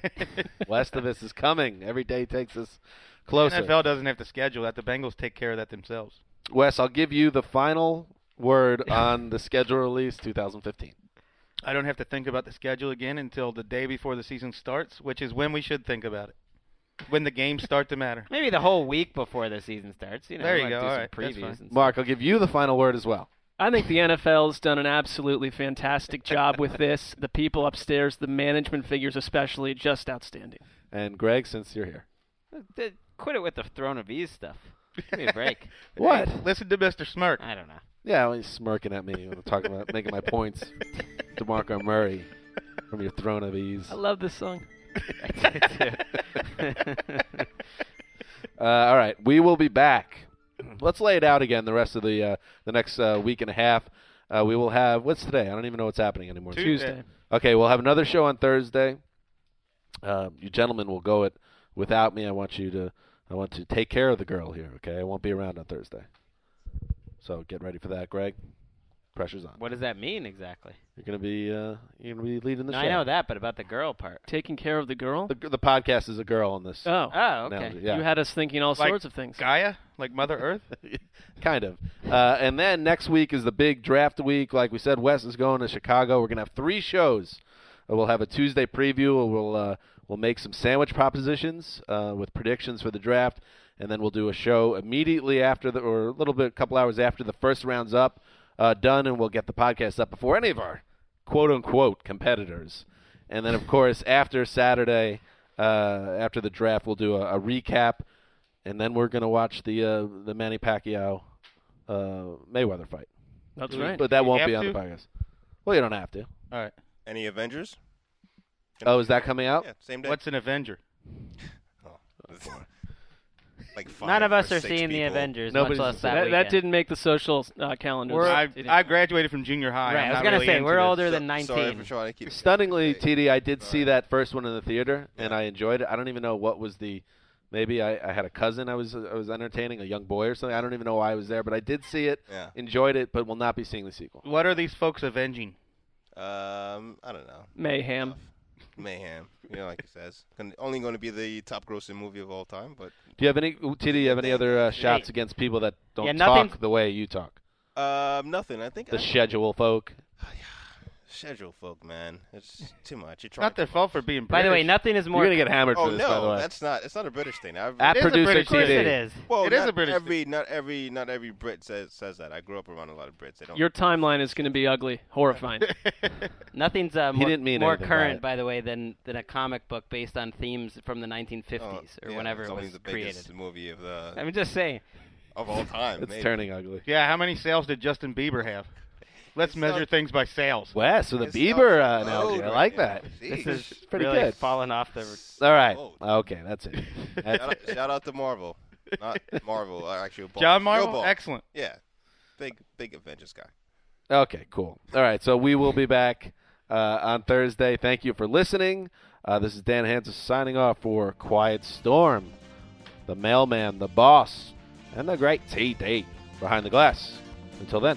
B: West of us is coming. Every day takes us closer.
C: NFL doesn't have to schedule that. The Bengals take care of that themselves.
B: Wes, I'll give you the final word on the schedule release 2015.
C: I don't have to think about the schedule again until the day before the season starts, which is when we should think about it. When the games start to matter.
D: Maybe the whole week before the season starts. You know,
C: There
D: we
C: you
D: might
C: go.
D: do
C: All
D: some
C: right. That's fine.
D: previews and
B: Mark, I'll give you the final word as well.
F: I think the NFL's done an absolutely fantastic job with this. The people upstairs, the management figures especially, just outstanding.
B: And Greg, since you're here,
D: stuff. Th- Quit it with Uh, the throne of ease stuff. Give me a break.
B: what?
C: Listen to Mr. Smirk.
D: I don't know.
B: Yeah, well, he's smirking at me when I'm talking about making my points. Demarco Murray from your throne of ease.
F: I love this song.
B: Uh, all right, we will be back. Let's lay it out again the rest of the uh, the next uh, week and a half. Uh, we will have what's today? I don't even know what's happening anymore.
F: Tuesday.
B: Okay, we'll have another show on Thursday. Uh, you gentlemen will go it without me. I want you to I want to take care of the girl here. Okay, I won't be around on Thursday. So get ready for that, Greg. Pressure's on.
D: What does that mean exactly?
B: You're gonna be uh, you're gonna be leading the
D: No,
B: show.
D: I know that, but about the girl part.
F: Taking care of the girl.
B: The, the podcast is a girl in this.
F: oh.
D: Oh, okay.
B: analogy. Yeah.
F: You had us thinking all
C: Like
F: sorts of things.
C: Gaia, like Mother Earth.
B: kind of. Uh, and then next week is the big draft week. Like we said, Wes is going to Chicago. We're gonna have three shows. Uh, We'll have a Tuesday preview. We'll uh, we'll make some sandwich propositions uh, with predictions for the draft, and then we'll do a show immediately after the, or a little bit, a couple hours after the first round's up, uh, done, and we'll get the podcast up before any of our quote unquote competitors. And then, of course, after Saturday, uh, after the draft, we'll do a, a recap, and then we're gonna watch the uh, the Manny Pacquiao uh, Mayweather fight.
F: That's right.
B: But that won't
C: have
B: be on
C: to?
B: the podcast. Well, you don't have to.
C: All right.
E: Any Avengers?
B: Oh, is that coming out?
E: Yeah, same day.
C: What's an Avenger?
E: Oh. like five
D: None of
E: or
D: us are
E: six
D: seeing the
E: people.
D: Avengers,
B: Nobody's-
D: much less that
F: that,
D: weekend.
F: that didn't make the social uh, calendar.
D: We're-
C: I, I graduated from junior high.
D: Right,
C: I'm
D: I was
C: not
D: gonna
C: really
D: say
C: into
D: we're
C: this.
D: older than
E: So- Sorry for
D: 19.
E: trying to keep.
B: Stunningly, TD, I did see
E: Alright.
B: that first one in the theater, and I enjoyed it. I don't even know what was the. Maybe I, I had a cousin I was uh, I was entertaining, a young boy or something. I don't even know why I was there, but I did see it,
E: Yeah.
B: enjoyed it, but will not be seeing the sequel.
C: What are these folks avenging?
E: Um, I don't know.
F: mayhem.
E: Mayhem. You know, like it says, Gonna- only going to be the top grossing movie of all time. But
B: Do you have any ooh, TD? You have any other uh, shots
D: Hey.
B: against people that don't
D: Yeah, nothing-
B: talk the way you talk?
E: um, nothing. I think
B: The
E: I-
B: schedule folk.
E: schedule, folk, man. It's too much. You're
C: It's not
E: trying
C: their
E: too
C: fault
E: much.
C: for being.
D: By the way,
C: British.
D: nothing is
B: You're
D: more.
B: gonna get hammered
E: Oh
B: for this, by the
E: no,
B: way.
E: that's not. It's not a British thing. I've,
B: At
C: It is a
B: producer
C: British
D: of course
B: TD.
D: it is.
E: well,
C: it is
E: not
C: a British thing.
E: Every not every not every Brit says says that. I grew up around a lot of Brits. They don't.
F: Your timeline is going to be ugly, horrifying.
D: Nothing's uh,
B: He
D: more,
B: didn't mean
D: more
B: anything by
D: current,
B: it.
D: by the way, than than a comic book based on themes from the 1950s
E: oh,
D: or
E: yeah,
D: whenever
E: it's
D: it
E: only
D: was
E: the
D: created.
E: biggest movie of the
D: I'm just saying.
E: of all time.
B: It's
E: maybe.
B: turning ugly.
C: yeah, how many sales did Justin Bieber have? Let's
E: It's
C: measure
E: not-
C: things by sales.
B: Wes with a
E: It's
B: Bieber
E: not-
B: uh,
E: Oh,
B: analogy. I
E: right,
B: like
E: yeah.
B: that.
E: Jeez.
D: This is
B: pretty
D: really
B: good.
D: falling off the.
B: All right.
E: Whoa.
B: Okay, that's it. That's
E: shout,
B: it.
E: out, shout out to Marvel, not Marvel. uh, Actually, Ball.
C: John
E: Yo,
C: Marvel,
E: Ball.
C: excellent.
E: yeah, big big Avengers guy.
B: Okay, cool. All right, so we will be back uh, on Thursday. Thank you for listening. Uh, this is Dan Hansen signing off for Quiet Storm, the mailman, the boss, and the great TD behind the glass. Until then.